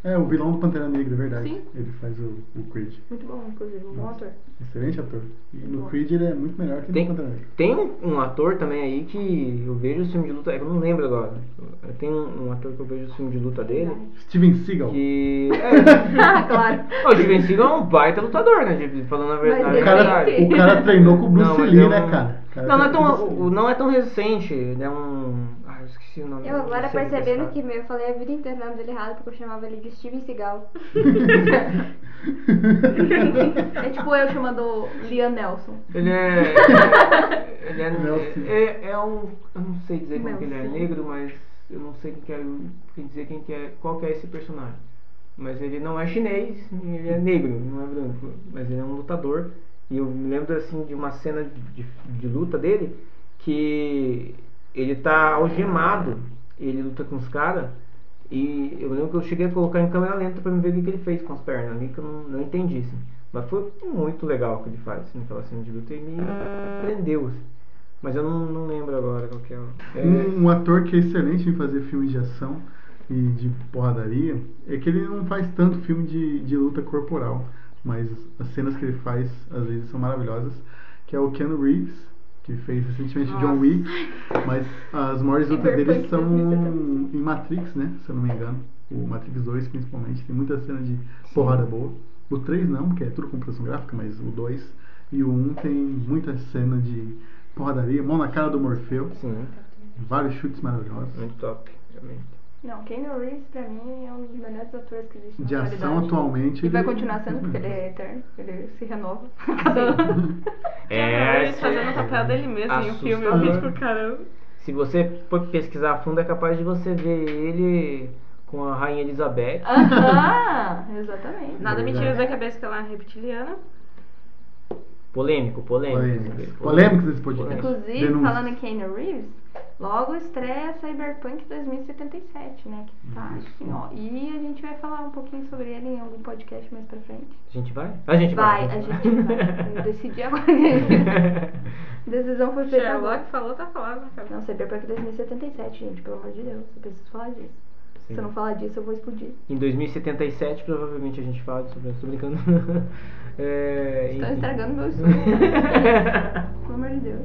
É, o vilão do Pantera Negra, é verdade. Sim. Ele faz o, o Creed. Muito bom, inclusive, um bom Nossa. ator. Excelente ator. E no Bom. Creed ele é muito melhor que Tem- no Pantera Negra. Tem um, um ator também aí que eu vejo o filme de luta. é que Eu não lembro agora. Tem um, um ator que eu vejo o filme de luta dele. Steven Seagal. Que. É, Ah, claro. o Steven Seagal é um baita lutador, né? de- Falando a verdade. ele O a cara, verdade. tem- o cara treinou com o Bruce Não, mas Lee, é um- né, cara? O cara Não, não é, treinou com o tão, Bruce o- Lee. não é tão recente. Ele é um. Ah, eu esqueci o nome Eu agora da série desse percebendo cara. que eu falei a vida inteira o nome dele errado porque eu chamava ele de Steven Seagal. É tipo eu chamando Liam Nelson. Ele é. ele Nelson. é, é. é um. Eu não sei dizer como que ele é Nelson. negro, mas eu não sei quem que é, o- quem dizer quem que é, qual que é esse personagem. Mas ele não é chinês, ele é negro, não é branco. Mas ele é um lutador. E eu me lembro assim de uma cena de, de luta dele que ele tá algemado, ele luta com os caras. E eu lembro que eu cheguei a colocar em câmera lenta pra me ver o que, que ele fez com as pernas ali, que eu não, não entendi, assim. Mas foi muito legal o que ele faz, assim, naquela cena de luta e me prendeu, assim. Mas eu não, não lembro agora qual que é. o- é Hum. Um, um ator que é excelente em fazer filmes de ação e de porradaria é que ele não faz tanto filme de, de luta corporal, mas as cenas que ele faz às vezes são maravilhosas, que é o Keanu Reeves, que fez recentemente John Wick, mas as maiores lutas dele Cyberpunk são 2077. em Matrix, né? Se eu não me engano. O Matrix 2 principalmente, tem muita cena de porrada boa. O 3 não, porque é tudo computação gráfica, mas o 2 e o 1 tem muita cena de porradaria, mão na cara do Morfeu. Sim, Vários chutes Uhum. maravilhosos. muito top, realmente. Não, Keanu Reeves pra mim é um dos melhores atores que existe na De ação atualidade. atualmente. E vai ele- continuar sendo porque ele é eterno, ele se renova a cada ano. É, ele se- fazendo o papel dele mesmo em um filme, eu assustador. vi É. tipo, caramba. Se você for pesquisar a fundo, é capaz de você ver ele com a Rainha Elizabeth. é- Aham, exatamente. Nada me tira Verdade. da cabeça que ela é reptiliana. Polêmico, polêmico. Polêmicas. Polêmicas desse podcast. Inclusive, Denúncias. falando em Keanu Reeves, logo estreia Cyberpunk 2077, né? Que Uhum. tá assim, ó. E a gente vai falar um pouquinho sobre ele em algum podcast mais pra frente. A gente vai? A gente vai. Vai, a gente vai. Eu decidi agora. A decisão foi feita agora. Sherlock falou, tá falado, né, cara? Não, Cyberpunk 2077, gente, pelo amor de Deus. Eu preciso falar disso. Se eu não falar disso, eu vou explodir. Em 2077, provavelmente a gente fala sobre isso. Tô brincando. É, tá Estão enfim. estragando meu sonho. Pelo amor de Deus.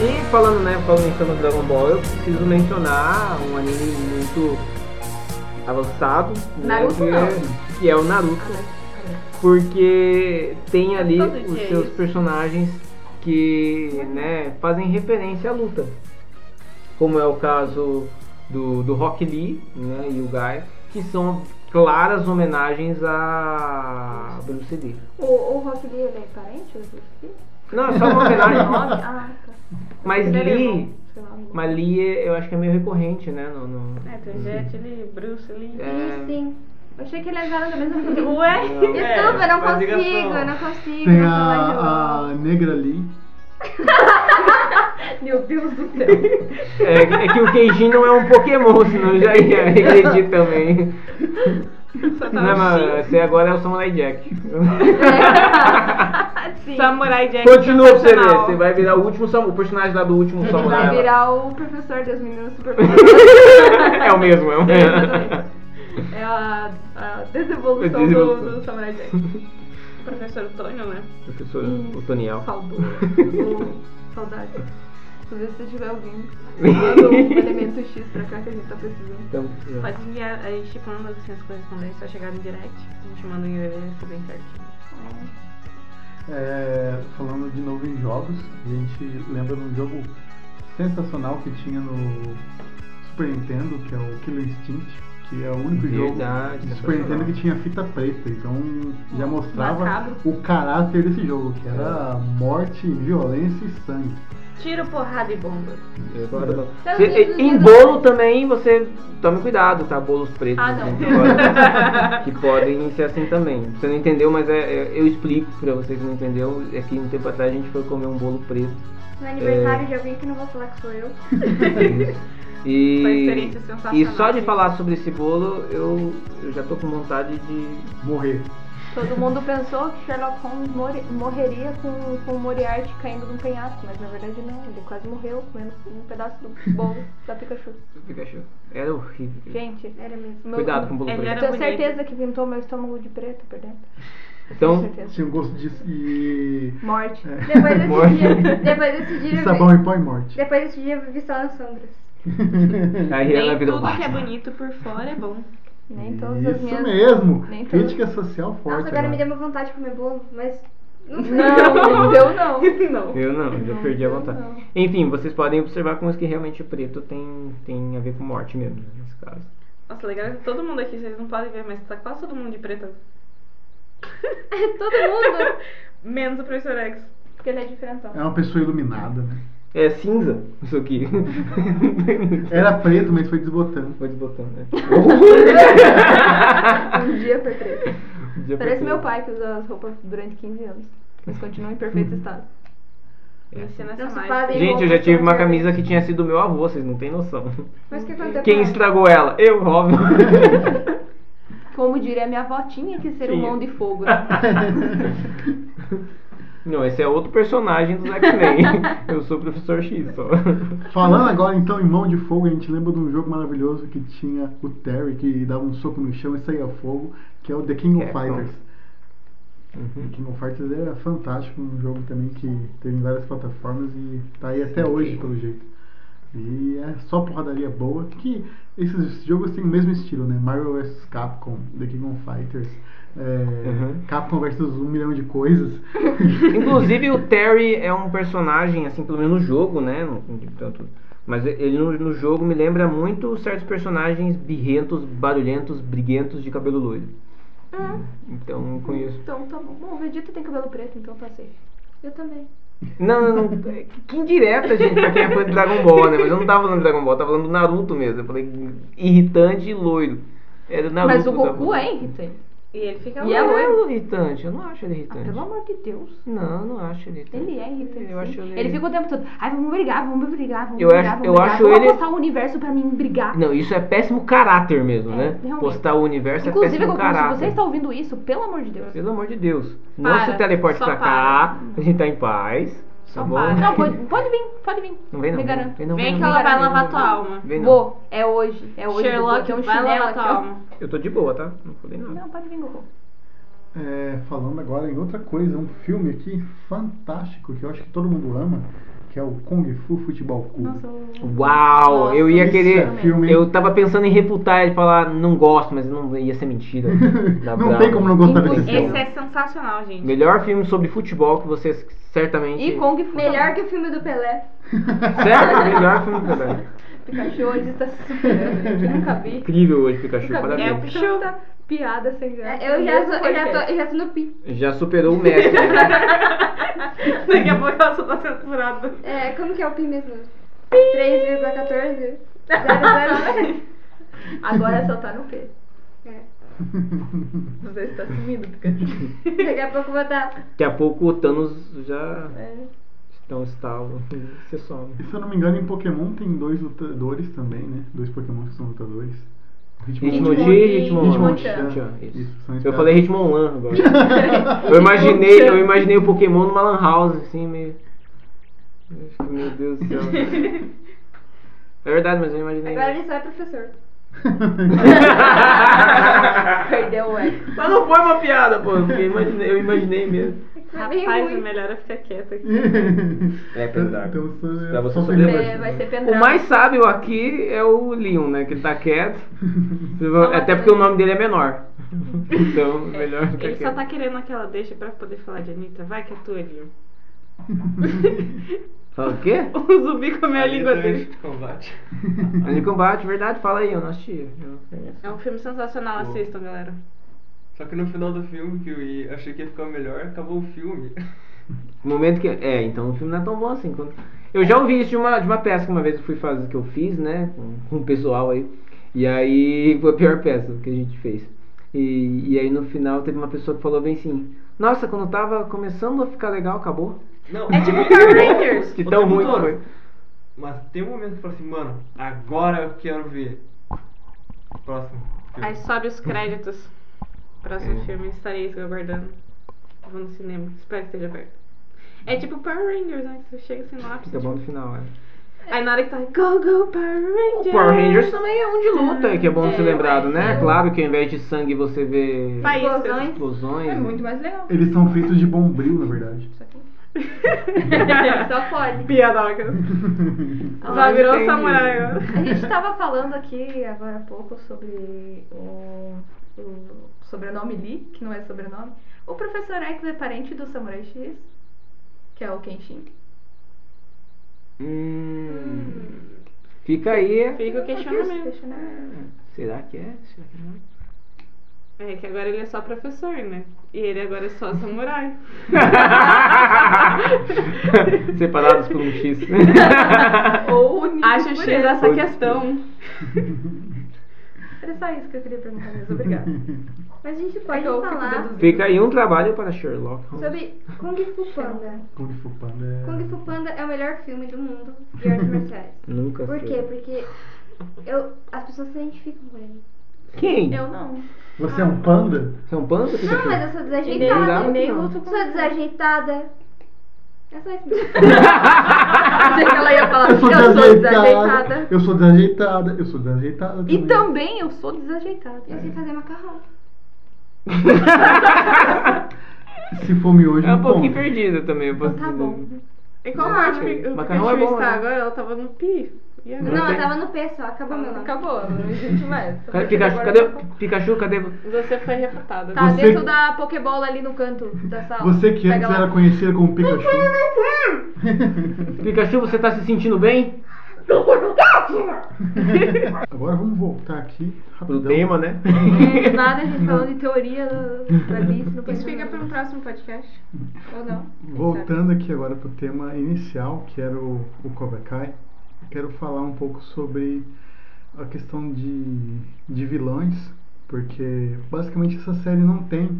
E falando, né, falando em Samba Dragon Ball, eu preciso mencionar um anime muito avançado, né, Naruto que, não. que é o Naruto, porque tem ali Todo dia os é seus isso. personagens que, né, fazem referência à luta, como é o caso do, do Rock Lee, né, e o Guy, que são claras homenagens a Bruce Lee. O, o Rock Lee, ele é parente? Eu esqueci. Não, é só uma Nome? homenagem. Ah, tá. Mas Ele é Lee, irmão, sei lá, irmão. mas Lee eu acho que é meio recorrente, né, no, no- É, tem Jet Lee, Bruce Lee. É. Sim, sim. Eu achei que eles eram da mesma família. Ué? é, Desculpa, eu não faz consigo, ligação. eu não consigo. Tem não sou mais jovem. a, a Negra Lee. Meu Deus do céu. É, é que o Keijin não é um Pokémon, senão eu já ia regredir também. Só tá Não, um mas você agora é o Samurai Jack. Sim. Samurai É Jack. Continua pra você ver, sensacional. você vai virar o último samu- o personagem lá do último Ele samurai. vai lá. virar o professor das meninas super É o mesmo, é o mesmo. É a, a Eu desevolução disse do, você. do Samurai Jack. Professor Tonho, né? Professor, o Toniel. Saudoso. Ô, Saudade. Inclusive, se você estiver ouvindo, manda um elemento X pra cá que a gente tá precisando. Então, Pode enviar, a gente manda assim, as correspondências, só chegar no direct. A gente manda um endereço bem certinho. É, falando de novo em jogos, a gente lembra de um jogo sensacional que tinha no Super Nintendo, que é o Killer Instinct, que é o único Verdade, jogo do Super sensacional. Nintendo que tinha fita preta, então já mostrava Macabro. o caráter desse jogo, que É. era morte, violência e sangue. Tiro, porrada e bomba. eu É, agora não. Então, Tá Você- todos os em né? dias- bolo também você tome cuidado, tá? Bolos pretos Ah, né, não. que, podem, que podem ser assim também. Você não entendeu, mas é- é- eu explico pra você que não entendeu. É que um tempo atrás a gente foi comer um bolo preto. No aniversário de alguém que não vou falar que sou eu. E, Foi uma experiência sensacional, e só de gente. falar sobre esse bolo, eu, eu já tô com vontade de. Morrer. Todo mundo pensou que Sherlock Holmes mori- morreria com, com o Moriarty caindo num penhasco, mas na verdade não, ele quase morreu comendo um pedaço do bolo da Pikachu. Pikachu. Era horrível. Gente, Era mesmo. meu- Cuidado com o bolo Ele preto. era- Tenho bonito. certeza que pintou meu estômago de preto por dentro. Tenho Então, É. certeza. Tinha um gosto de. e. Morte. Depois Morre. desse dia, depois desse dia, e eu sabão vi, e pó e morte. depois desse dia eu vi só as sombras. aí ela Nem virou. tudo que é bonito por fora é bom. Nem todas as Isso minhas. mesmo! Nem todas- Crítica social forte. Nossa, né? agora agora. me deu uma vontade de comer bolo, mas não sei. Não, deu não. Não. Eu não, eu já perdi a vontade. Enfim, vocês podem observar como é que realmente o preto tem, tem a ver com morte mesmo, né, nesse caso. Nossa, legal que todo mundo aqui, vocês não podem ver, mas tá quase todo mundo de preto. Todo mundo. Menos o professor X. Porque ele é diferentão. É uma pessoa iluminada, né? É cinza, isso aqui. Era preto, mas foi desbotando. Vou desbotando, né? Um dia foi preto. Parece Dia perfeito. meu pai que usa as roupas durante 15 anos. Mas continua em perfeito estado. Me ensina é essa Não se mágica. fazem É. Gente, eu já roupas tive tão uma diferentes. camisa que tinha sido meu avô, vocês não têm noção. Mas o que aconteceu? Quem com ela? estragou ela? Eu, óbvio. Como diria minha avó, tinha que ser um Sim. mão de fogo. né? Não, esse é outro personagem do X-Men. Eu sou o professor X só. Falando agora então em Mão de Fogo, a gente lembra de um jogo maravilhoso que tinha o Terry que dava um soco no chão e saía fogo, que é o The King of É, Fighters. Uhum. The King of Fighters era fantástico, um jogo também que teve em várias plataformas e tá aí até hoje, pelo jeito. E é é só porradaria boa. Que esses jogos têm o mesmo estilo, né? Marvel vs Capcom, The King of Fighters, é, Uhum. Capcom vs um milhão de coisas. Inclusive o Terry é um personagem, assim, pelo menos no jogo, né? no- no- tanto- mas ele no, no jogo me lembra muito certos personagens birrentos, barulhentos, briguentos de cabelo loiro. Hum. Então conheço. Então tá bom. Bom, o Vegeta tem cabelo preto, então tá safe. Eu também. Não, eu não. é Que indireta, gente, pra quem é fã de Dragon Ball, né? Mas eu não tava falando de Dragon Ball, eu tava falando do Naruto mesmo. Eu falei irritante e loiro. Era do Naruto. Mas o que eu tava Goku falando. é irritante. E ele fica E Não é louco. loiro. é irritante, eu não acho ele Ah, irritante. pelo amor de Deus. Não, não acho ele irritante. Ele é irritante. Eu sim. acho ele- ele... fica o tempo todo. Ai, vamos brigar, vamos brigar, vamos Eu brigar. acho- vamos eu brigar. acho vou ele- apostar o universo pra mim brigar. Não, isso é péssimo caráter mesmo, É, né? realmente. Postar o universo é Inclusive, péssimo Goku, caráter. se você está ouvindo isso, pelo amor de Deus. Pelo amor de Deus. Para, não se teleporte só pra cá. A gente tá em paz. Só tá bom? para. Então Não, pode, pode vir, pode vir. Não vem não. Me garanto. Vem, não, Vem não, que ela vai não, não, lavar não, tua não. alma. Vem não. Vou, é hoje. É hoje. Sherlock Goku, tem um vai chinelo lavar aqui, tua ó. alma. Eu tô de boa, tá? Não falei nada. Não, pode vir, Goku. É, falando agora em outra coisa, um filme aqui fantástico que eu acho que todo mundo ama, que é o Kung Fu Futebol Clube. Nossa, eu- Uau, Nossa, eu ia isso querer. é filme, hein? eu tava pensando em refutar e falar, não gosto, mas não ia ser mentira. Da não Brava. tem como não gostar desse Impossível. filme. Esse é sensacional, gente. Melhor filme sobre futebol que vocês certamente. E Kung Fu. Melhor que o filme do Pelé. Certo? Melhor filme que eu Pikachu é hoje está se superando, gente. Eu nunca vi. Incrível hoje, Pikachu. Nunca vi. É, Parabéns. Pikachu. Tanta tá piada sem graça. É, é Eu já, Mesmo sou, eu já, tô, podcast. eu já tô no pi. Já superou o Messi. né? Daqui a pouco ela só tá censurada. É, como que é o pi mesmo? 3,14? 00? Agora só tá no P. É. Você está sumindo, Pikachu. Daqui a pouco eu vou estar. Daqui a pouco o Thanos já É. estão estalo. Você some. E se eu não me engano, em Pokémon tem dois lutadores também, né? Dois Pokémon que são lutadores. Tipo, Hitmonchan e Hitmonchan. Hitmonchan. isso. Isso, são Eu inspirados. falei Hitmonlan agora. eu imaginei, eu imaginei o Pokémon numa lan house, assim, meio. Eu fico, Meu Deus do céu. É verdade, mas eu imaginei. Agora ele só é professor. Perdeu o X. Mas não foi uma piada, pô. porque Eu imaginei, eu imaginei mesmo. Rapaz, né? o melhor é ficar quieta aqui. É pesado. Então, só- Pra você só né? saber. feliz. É, vai ser O pendrive. mais sábio aqui é o Leon, né? Que ele tá quieto. Até porque o nome dele é menor. Então, melhor ficar Ele só quieto. tá querendo aquela deixa pra poder falar de Anitta. Vai que é tua, Linho. Fala o quê? O zumbi comeu a língua Anitta é dele. anjo de combate. Ali combate, verdade, fala aí, eu não assisti. Eu- É um filme sensacional, assistam, galera. Só que no final do filme, que eu ia- achei que ia ficar melhor, acabou o filme. No momento que. É, então o filme não é tão bom assim. quanto- Eu já ouvi isso de uma, de uma peça que uma vez eu fui fazer, que eu fiz, né? Com, com o pessoal aí. E aí foi a pior peça que a gente fez. E, e aí no final teve uma pessoa que falou bem assim: Nossa, quando tava começando a ficar legal, acabou. Não, é tipo Power Rangers. Que tão ruim que foi. Mas tem um momento que eu falo assim, mano, agora eu quero ver. Próximo. filme. Aí sobe os créditos. Próximo É. filme, estarei aguardando. Vou no cinema, espero que esteja aberto. É tipo Power Rangers, né? Que você chega assim no ápice. Fica bom no final, é. tipo, Aí na hora que tá, go, go, Power Rangers! O Power Rangers também é um de luta, que é bom ser lembrado, né? mas eu- Claro que ao invés de sangue você vê Faíscas. Explosões. explosões. né? É muito mais legal. Eles são feitos de bombril, na verdade. Só pode. Piadocas. Já virou samurai agora. A gente tava falando aqui agora há pouco sobre o, o sobrenome Lee, que não é sobrenome. O professor X é parente do Samurai X, que é o Kenshin. Hum. Fica aí. Fica o é questionamento. Será que é? Será que não é? É que agora ele é só professor, né? E ele agora é só samurai. Separados por um X. Ou unido Acho por X ele. essa questão. Era só isso que eu queria perguntar mesmo. Obrigada. Mas a gente É pode que eu fico falar deduzindo. Fica aí um trabalho para Sherlock Holmes. sobre Kung Fu Panda. Kung Fu Panda é... Kung Fu Panda é o melhor filme do mundo de artes marciais. Nunca Por foi. quê? Porque eu, as pessoas se identificam com ele. Quem? Eu não. Você é um panda? São panda? Pikachu? Não, Ah, mas eu sou dá, Ah, desajeitada. nem Não. luto Sou desajeitada. É só isso mesmo. Achei que ela ia falar, eu sou desajeitada. Então, Eu sou desajeitada. Eu sou desajeitada. E também eu sou desajeitada. Eu sei fazer macarrão. Se for miojo, É um É não como. É um Ah, pouquinho perdida também, eu posso Tá dizer. bom. E qual Não, parte ok. que, que a Macarrão é Chu bom, está né? agora? Ela tava no pi. E agora? Não, eu tava no P só, acabou meu nome. Acabou, não existe mais. A Cadê partir de Pikachu? agora- Cadê Pikachu? Cadê? Você foi refutada. Tá Você- dentro da Pokébola ali no canto da sala. Você que Pega antes lá. era conhecida como Pikachu. Pikachu, você tá se sentindo bem? Agora vamos voltar aqui Pro Então. rapidão. tema, né? É, do nada a gente falando de teoria do- da Alice no Isso pensamento. fica para um próximo podcast. Ou não? Voltando aqui agora pro tema inicial, que era o, o Cobra Kai, eu quero falar um pouco sobre a questão de, de vilões, porque basicamente essa série não tem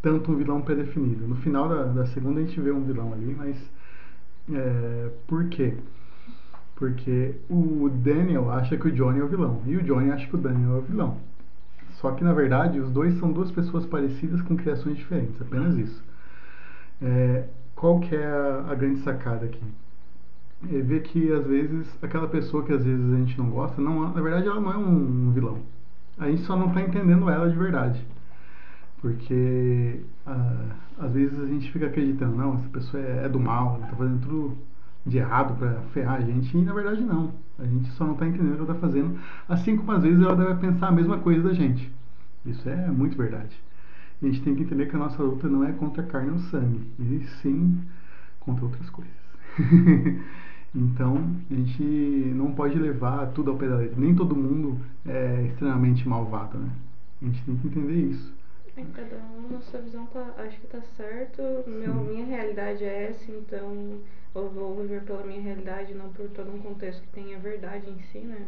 tanto um vilão predefinido. No final da, da segunda a gente vê um vilão ali, mas é, por quê? Porque o Daniel acha que o Johnny é o vilão e o Johnny acha que o Daniel é o vilão. Só que na verdade os dois são duas pessoas parecidas com criações diferentes, apenas isso. É, qual que é a, a grande sacada aqui? É ver que às vezes aquela pessoa que às vezes a gente não gosta, não, é- na verdade ela não é um, vilão. A gente só não está entendendo ela de verdade. Porque ah, às vezes a gente fica acreditando, não, essa pessoa é, é do mal, ela está fazendo tudo de errado para ferrar a gente, e na verdade não. A gente só não está entendendo o que ela está fazendo, assim como às vezes ela deve pensar a mesma coisa da gente. Isso é muito verdade. A gente tem que entender que a nossa luta não é contra a carne ou sangue, e sim contra outras coisas. então, a gente não pode levar tudo ao pé da letra. Nem todo mundo é extremamente malvado, né? A gente tem que entender isso. É, cada um na sua visão tá, acho que tá certo. Meu, minha realidade é essa, então eu vou viver pela minha realidade, não por todo um contexto que tenha verdade em si, né?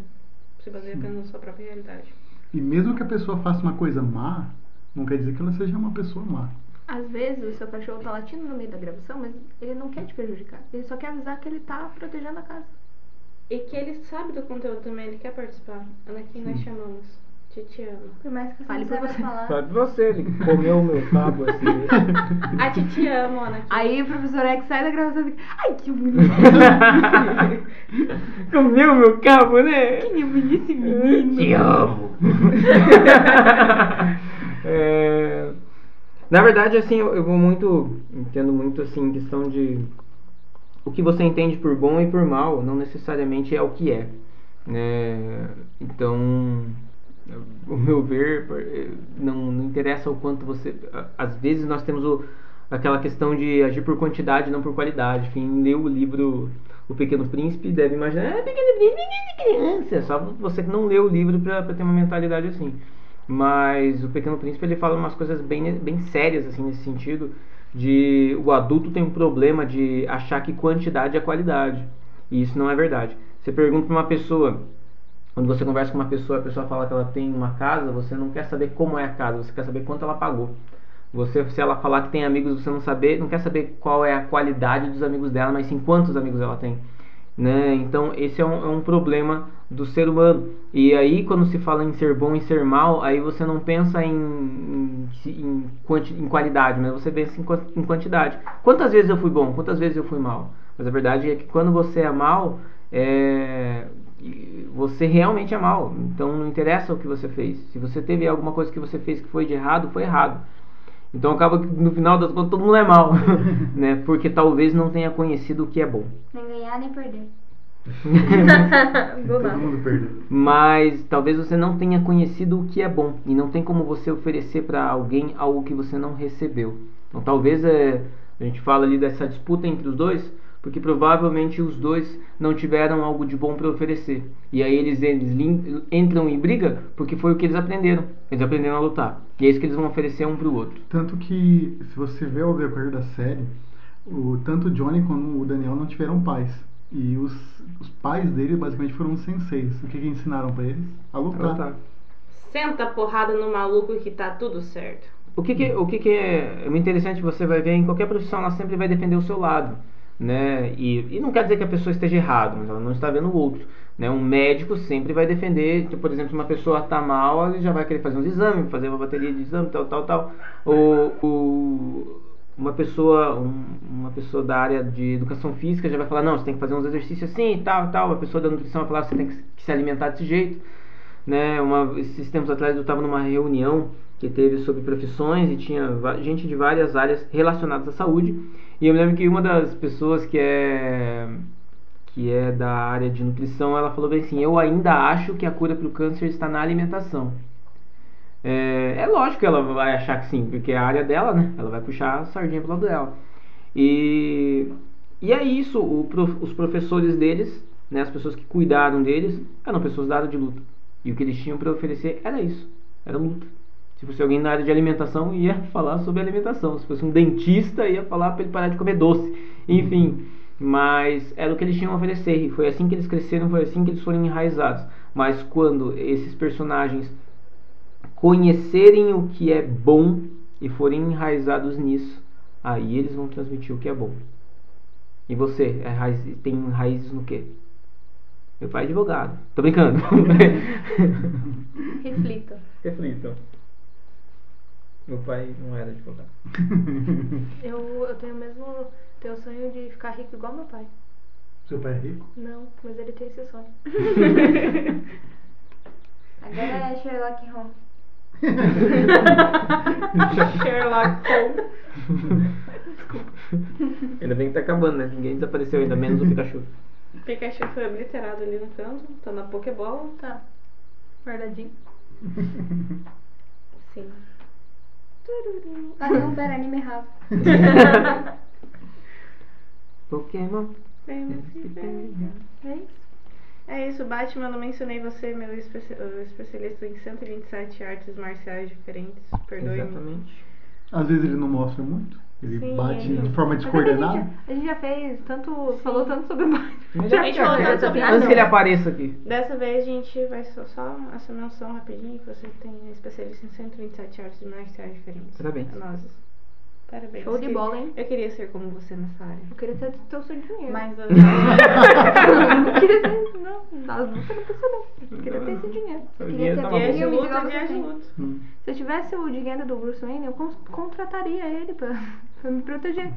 Se baseia apenas na sua própria realidade. E mesmo que a pessoa faça uma coisa má, não quer dizer que ela seja uma pessoa má. Às vezes o seu cachorro tá latindo no meio da gravação, mas ele não quer te prejudicar. Ele só quer avisar que ele tá protegendo a casa. E que ele sabe do conteúdo também, ele quer participar. Anakin, nós chamamos. Te te amo. Por mais que você Fale não por saiba você. falar. Sabe você, ele comeu o meu cabo assim. Ah, te te amo, Anakin. Aí o professor X sai da gravação e fica. Ai, que bonito, comeu o meu cabo, né? que bonito esse menino. Te amo. É, na verdade, assim, eu, eu vou muito. Entendo muito, assim, questão de. O que você entende por bom e por mal não necessariamente é o que é. Né? Então. O meu ver, por- eh, não, não interessa o quanto você. a- Às vezes nós temos o, aquela questão de agir por quantidade, não por qualidade. Quem leu o livro O Pequeno Príncipe deve imaginar, ah, Pequeno Príncipe, Pequeno de criança. Só você que não leu o livro para ter uma mentalidade assim. Mas o Pequeno Príncipe ele fala umas coisas bem, bem sérias assim nesse sentido de o adulto tem um problema de achar que quantidade é qualidade. E isso não é verdade. Você pergunta pra uma pessoa, quando você conversa com uma pessoa, a pessoa fala que ela tem uma casa, você não quer saber como é a casa, você quer saber quanto ela pagou. Você, se ela falar que tem amigos, você não saber, não quer saber qual é a qualidade dos amigos dela, mas sim quantos amigos ela tem. Né? Então esse é um, é um problema do ser humano. E aí quando se fala em ser bom e ser mal, aí você não pensa em, em, se- em quanti- em qualidade, mas você pensa em, quan- em quantidade. Quantas vezes eu fui bom? Quantas vezes eu fui mal? Mas a verdade é que quando você é mal, é, e você realmente é mal. Então não interessa o que você fez. Se você teve alguma coisa que você fez que foi de errado, foi errado. Então acaba que no final das contas todo mundo é mal, né? Porque talvez não tenha conhecido o que é bom. Nem ganhar, nem perder. Do Todo nada. mundo perdeu. Mas talvez você não tenha conhecido o que é bom e não tem como você oferecer para alguém algo que você não recebeu. Então talvez é, a gente fala ali dessa disputa entre os dois, porque provavelmente os dois não tiveram algo de bom para oferecer. E aí eles, eles lin- entram em briga porque foi o que eles aprenderam. Eles aprenderam a lutar. E é isso que eles vão oferecer um para o outro. Tanto que, se você vê o decorrer da série, o, tanto o Johnny quanto o Daniel não tiveram pais. E os, os pais dele basicamente foram senseis. O que, que ensinaram pra eles? A lutar. Senta a porrada no maluco que tá tudo certo. O que, que- o que, que é muito interessante você vai ver em qualquer profissão, ela sempre vai defender o seu lado, né? E, e não quer dizer que a pessoa esteja errada, mas ela não está vendo o outro, né? Um médico sempre vai defender, tipo, por exemplo, se uma pessoa está mal, ele já vai querer fazer uns exames, fazer uma bateria de exame, tal, tal, tal. Ou, ou uma pessoa, um- uma pessoa da área de educação física já vai falar, não, você tem que fazer uns exercícios assim, e tal, tal. Uma pessoa da nutrição vai falar, você tem que se alimentar desse jeito né? Uma, esses tempos atrás eu estava numa reunião que que teve sobre profissões e tinha va- gente de várias áreas relacionadas à saúde. E eu me lembro que uma das pessoas que é que é da área de nutrição, ela falou bem assim: "Eu ainda acho que a cura para o câncer está na alimentação". É, é lógico que ela vai achar que sim, porque é a área dela, né? Ela vai puxar a sardinha pro lado dela. E, e é isso, o prof- os professores deles, né, as pessoas que cuidaram deles, eram pessoas da área de luta. E o que eles tinham para oferecer era isso, era luta. Tipo, Se fosse alguém na área de alimentação, ia falar sobre alimentação. Se fosse um dentista, ia falar para ele parar de comer doce. Enfim, mas era o que eles tinham a oferecer. E foi assim que eles cresceram, foi assim que eles foram enraizados. Mas quando esses personagens conhecerem o que é bom e forem enraizados nisso, aí eles vão transmitir o que é bom. E você é raiz- tem raízes no quê? Meu pai é advogado. Tô brincando. Reflito. Reflitam. Meu pai não era advogado. Eu, eu tenho mesmo. Tenho o sonho de ficar rico igual meu pai. Seu pai é rico? Não, mas ele tem esse sonho. Agora é Sherlock Holmes. Sherlock Holmes. ainda bem que tá acabando, né? Ninguém desapareceu ainda, menos o Pikachu. Pikachu foi obliterado ali no canto, tá na Pokébola. Tá. Guardadinho. Sim. Ah não, pera, anime errado. Pokémon. Bem, É isso. É isso, Batman, eu não mencionei você, meu especi- o especialista em 127 artes marciais diferentes. Perdoe-me. Exatamente. Às vezes ele não mostra muito. Ele Sim, bate ele- em forma Mas é que descoordenada. A gente, a gente já fez tanto. Falou tanto sobre o Batman. Mas Já a gente fez falou tanto tanto sobre- Antes que ele apareça aqui. Dessa vez a gente vai só, só essa menção rapidinho que você tem um especialista em 127 artes marciais diferentes. Parabéns. Nozes. Parabéns. Show de Que- bola, hein? Eu queria ser como você nessa área. Eu queria ter teu dinheiro. Mas eu Eu queria ter. Não, nas lutas Tá, não precisa não. Eu queria ter esse dinheiro. O queria dinheiro ter tava bom. viagem. Viagem Filmes luta, igual você viagem tem. luta. Hum. Se eu tivesse o dinheiro do Bruce Wayne, eu cons- contrataria ele pra, pra me proteger.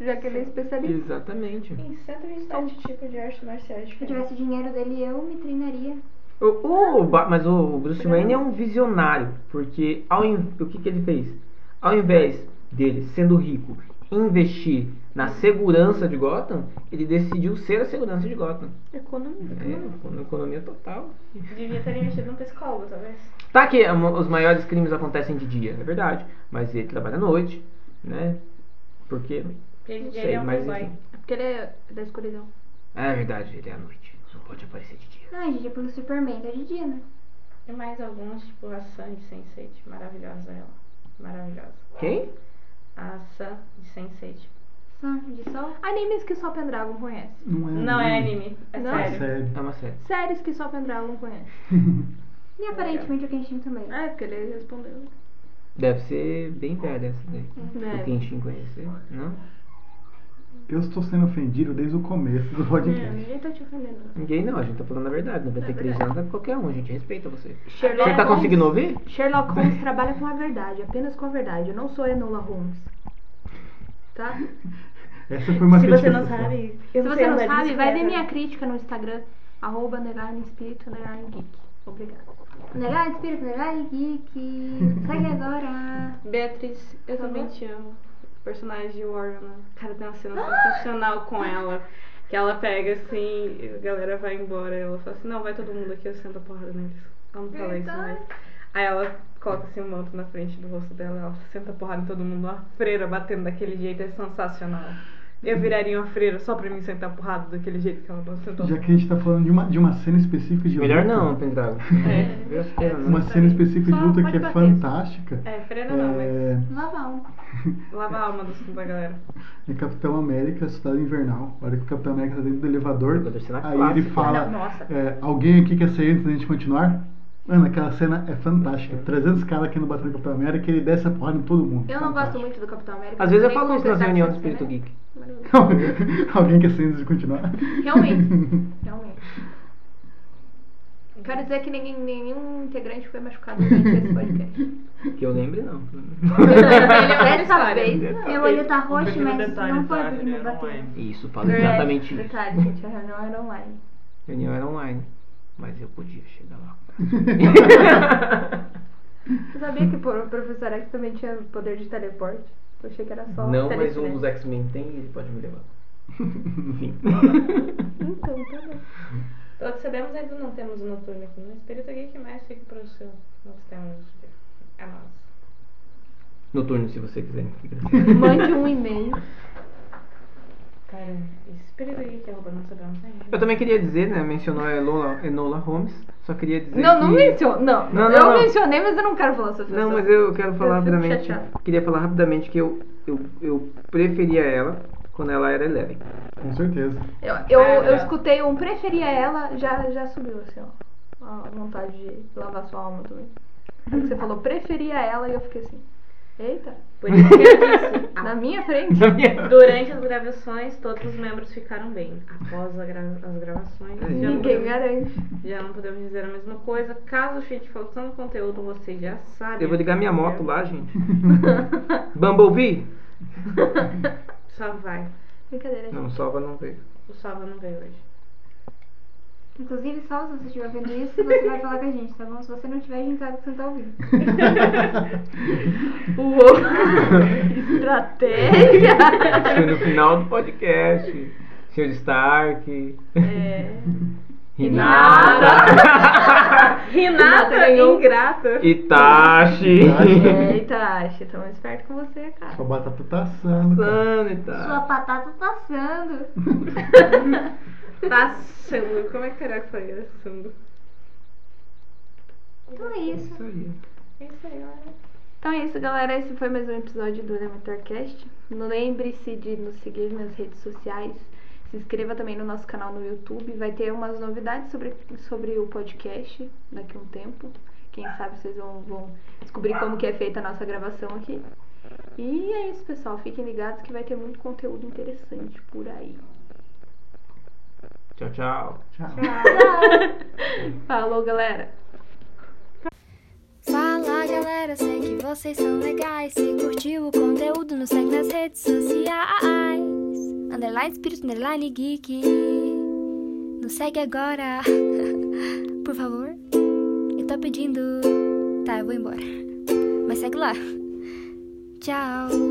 Já que ele é especialista. Exatamente. Tem Então. 127 tipos de artes marciais Se eu diferentes. tivesse dinheiro dele, eu me treinaria. O, o Ba- mas o Bruce Wayne é um visionário, porque ao, in- o que, que ele fez? Ao invés dele, sendo rico, investir na segurança de Gotham, ele decidiu ser a segurança de Gotham. Economia. É, na economia total. Devia ter investido num psicólogo, talvez. Tá que a mo- os maiores crimes acontecem de dia, é verdade, mas ele trabalha à noite, né? Porque, Ele, Não ele sei, é um mas playboy. enfim. É Porque ele é da escuridão. é verdade, ele é à noite, não pode aparecer de dia. Ai, gente, é pro Superman, tá de dia, né? E mais alguns, tipo a Sam de Sense8. Maravilhosa ela. Maravilhosa. Quem? A Sam de Sense8. Só de sol. Animes que só Pendragon conhece. Não é, Não é anime, é Não? É sério. sério. É uma série. Séries que só Pendragon conhece. E aparentemente o Kenshin também. É, porque ele respondeu. Deve ser bem velha essa daí. O É. Kenshin conhecer, não? Eu estou sendo ofendido desde o começo do É, podcast. ninguém tá te ofendendo. não. Ninguém não, a gente tá falando a verdade. 93 anos é qualquer um, a gente respeita você. Sherlock Você tá Holmes- conseguindo ouvir? Sherlock Holmes trabalha com a verdade, apenas com a verdade. Eu não sou Enola Holmes. Tá? Essa foi uma Se você crítica não social. sabe, Se você não sabe, é vai ver minha crítica no Instagram, arroba underline espírito underline geek. Obrigada. Negar espírito, negar geek. Segue agora. Beatriz, eu Tá também te amo. O personagem de Warren, né? cara, tem uma cena Ah! sensacional com ela. Que ela pega assim, e a galera vai embora. Ela fala assim: não, vai todo mundo aqui, eu sento a porrada neles. Ela não fala isso, mas. Aí ela coloca assim o manto na frente do rosto dela, ela senta a porrada em todo mundo. Uma freira batendo daquele jeito é sensacional. Eu viraria uma freira só pra mim sentar a porrada daquele jeito que ela sentou. Já que a gente tá falando de uma, de uma cena específica de Melhor luta. não, Pendragon. É. Viu? Espera, não. Uma cena específica de Só luta pode que é bater. fantástica. É, freira não, É, Lava um. mas lava a alma do, da galera. é Capitão América, Cidade Invernal. A hora que o Capitão América tá dentro do elevador, Elevador cena aí clássica. ele fala: Não, nossa. é, Alguém aqui quer sair antes da gente continuar? Mano, aquela cena é fantástica. 300 caras aqui no batendo no Capitão América e ele desce a porrada em todo mundo. Eu não gosto Fantástico. muito do Capitão América. Às vezes eu nem falo isso nas confessar que reuniões do sou Espírito né? Geek. Maravilhoso. Alguém quer sair antes de continuar? Realmente. Realmente. Quero dizer que ninguém, nenhum integrante foi machucado durante esse podcast. Que eu lembre, não. Dessa Detalhe. vez, não. Meu olho tá roxo, Pequeno mas detalhe, não foi tá? porque Ele me era é. bateu. online. Isso, fala exatamente isso. Detalhe, gente, a reunião era online. Reunião era online. Mas eu podia chegar lá. Eu sabia que o professor X também tinha poder de teleporte. Eu achei que era só. Não, mas um telecinese. dos X-Men tem e ele pode me levar. Enfim. Então, tá bom. Pelo que sabemos, ainda não temos o noturno aqui. No espírito geek mexe aqui para o seu. Nós temos a nós. Noturno, se você quiser. Mande um e-mail. Cara, espírito geek arroba não sabemos ainda. Eu também queria dizer, né? Mencionou a Enola, Enola Holmes. Só queria dizer. Não, não que... menciono. Não, Não, não, eu não. mencionei, mas eu não quero falar sobre Não, isso. mas eu quero falar Eu fico rapidamente. chateada. Queria falar rapidamente que eu, eu, eu preferia ela quando ela era Eleven. Com certeza. Eu, eu, eu escutei um preferia ela, já, já subiu assim, ó. A vontade de lavar sua alma também. Quando você falou preferia ela e eu fiquei assim. Eita, Por isso que eu disse, na minha frente. Durante as gravações, todos os membros ficaram bem. Após a gra- as gravações, já não Ninguém podemos- garante. já não podemos dizer a mesma coisa. Caso fique faltando conteúdo, você já sabe. Eu vou ligar minha moto lá, gente. Bumblebee? Só vai. Brincadeira, gente. Não, salva não veio. O Salva não veio hoje. Inclusive, só se você estiver vendo isso, você vai falar com a gente, tá bom? Se você não tiver, a gente sabe que você não tá ouvindo. Uou! Estratégia! Chega no final do podcast. Senhor Stark. É. Hinata. Renata ganhou. ingrata. Itachi. É. Eita, Ashi, tamo esperto com você, cara. Sua batata tá assando, cara. Sana, Itachi. Sua patata tá assando. Tá sendo. Como é que era que foi isso? Então é isso. Isso aí. É isso aí, olha. Então é isso, galera. Esse foi mais um episódio do Elementorcast. Lembre-se de nos seguir nas redes sociais. Se inscreva também no nosso canal no YouTube. Vai ter umas novidades sobre, sobre o podcast daqui a um tempo. Quem sabe vocês vão, vão descobrir como que é feita a nossa gravação aqui. E é isso, pessoal. Fiquem ligados que vai ter muito conteúdo interessante por aí. Tchau, tchau. Tchau. Falou, galera! Fala galera, sei que vocês são legais. Se curtiu o conteúdo, nos segue nas redes sociais. Underline Espírito, underline Geek. Nos segue agora, por favor. Eu tô pedindo. Tá, eu vou embora. Mas segue lá. Tchau.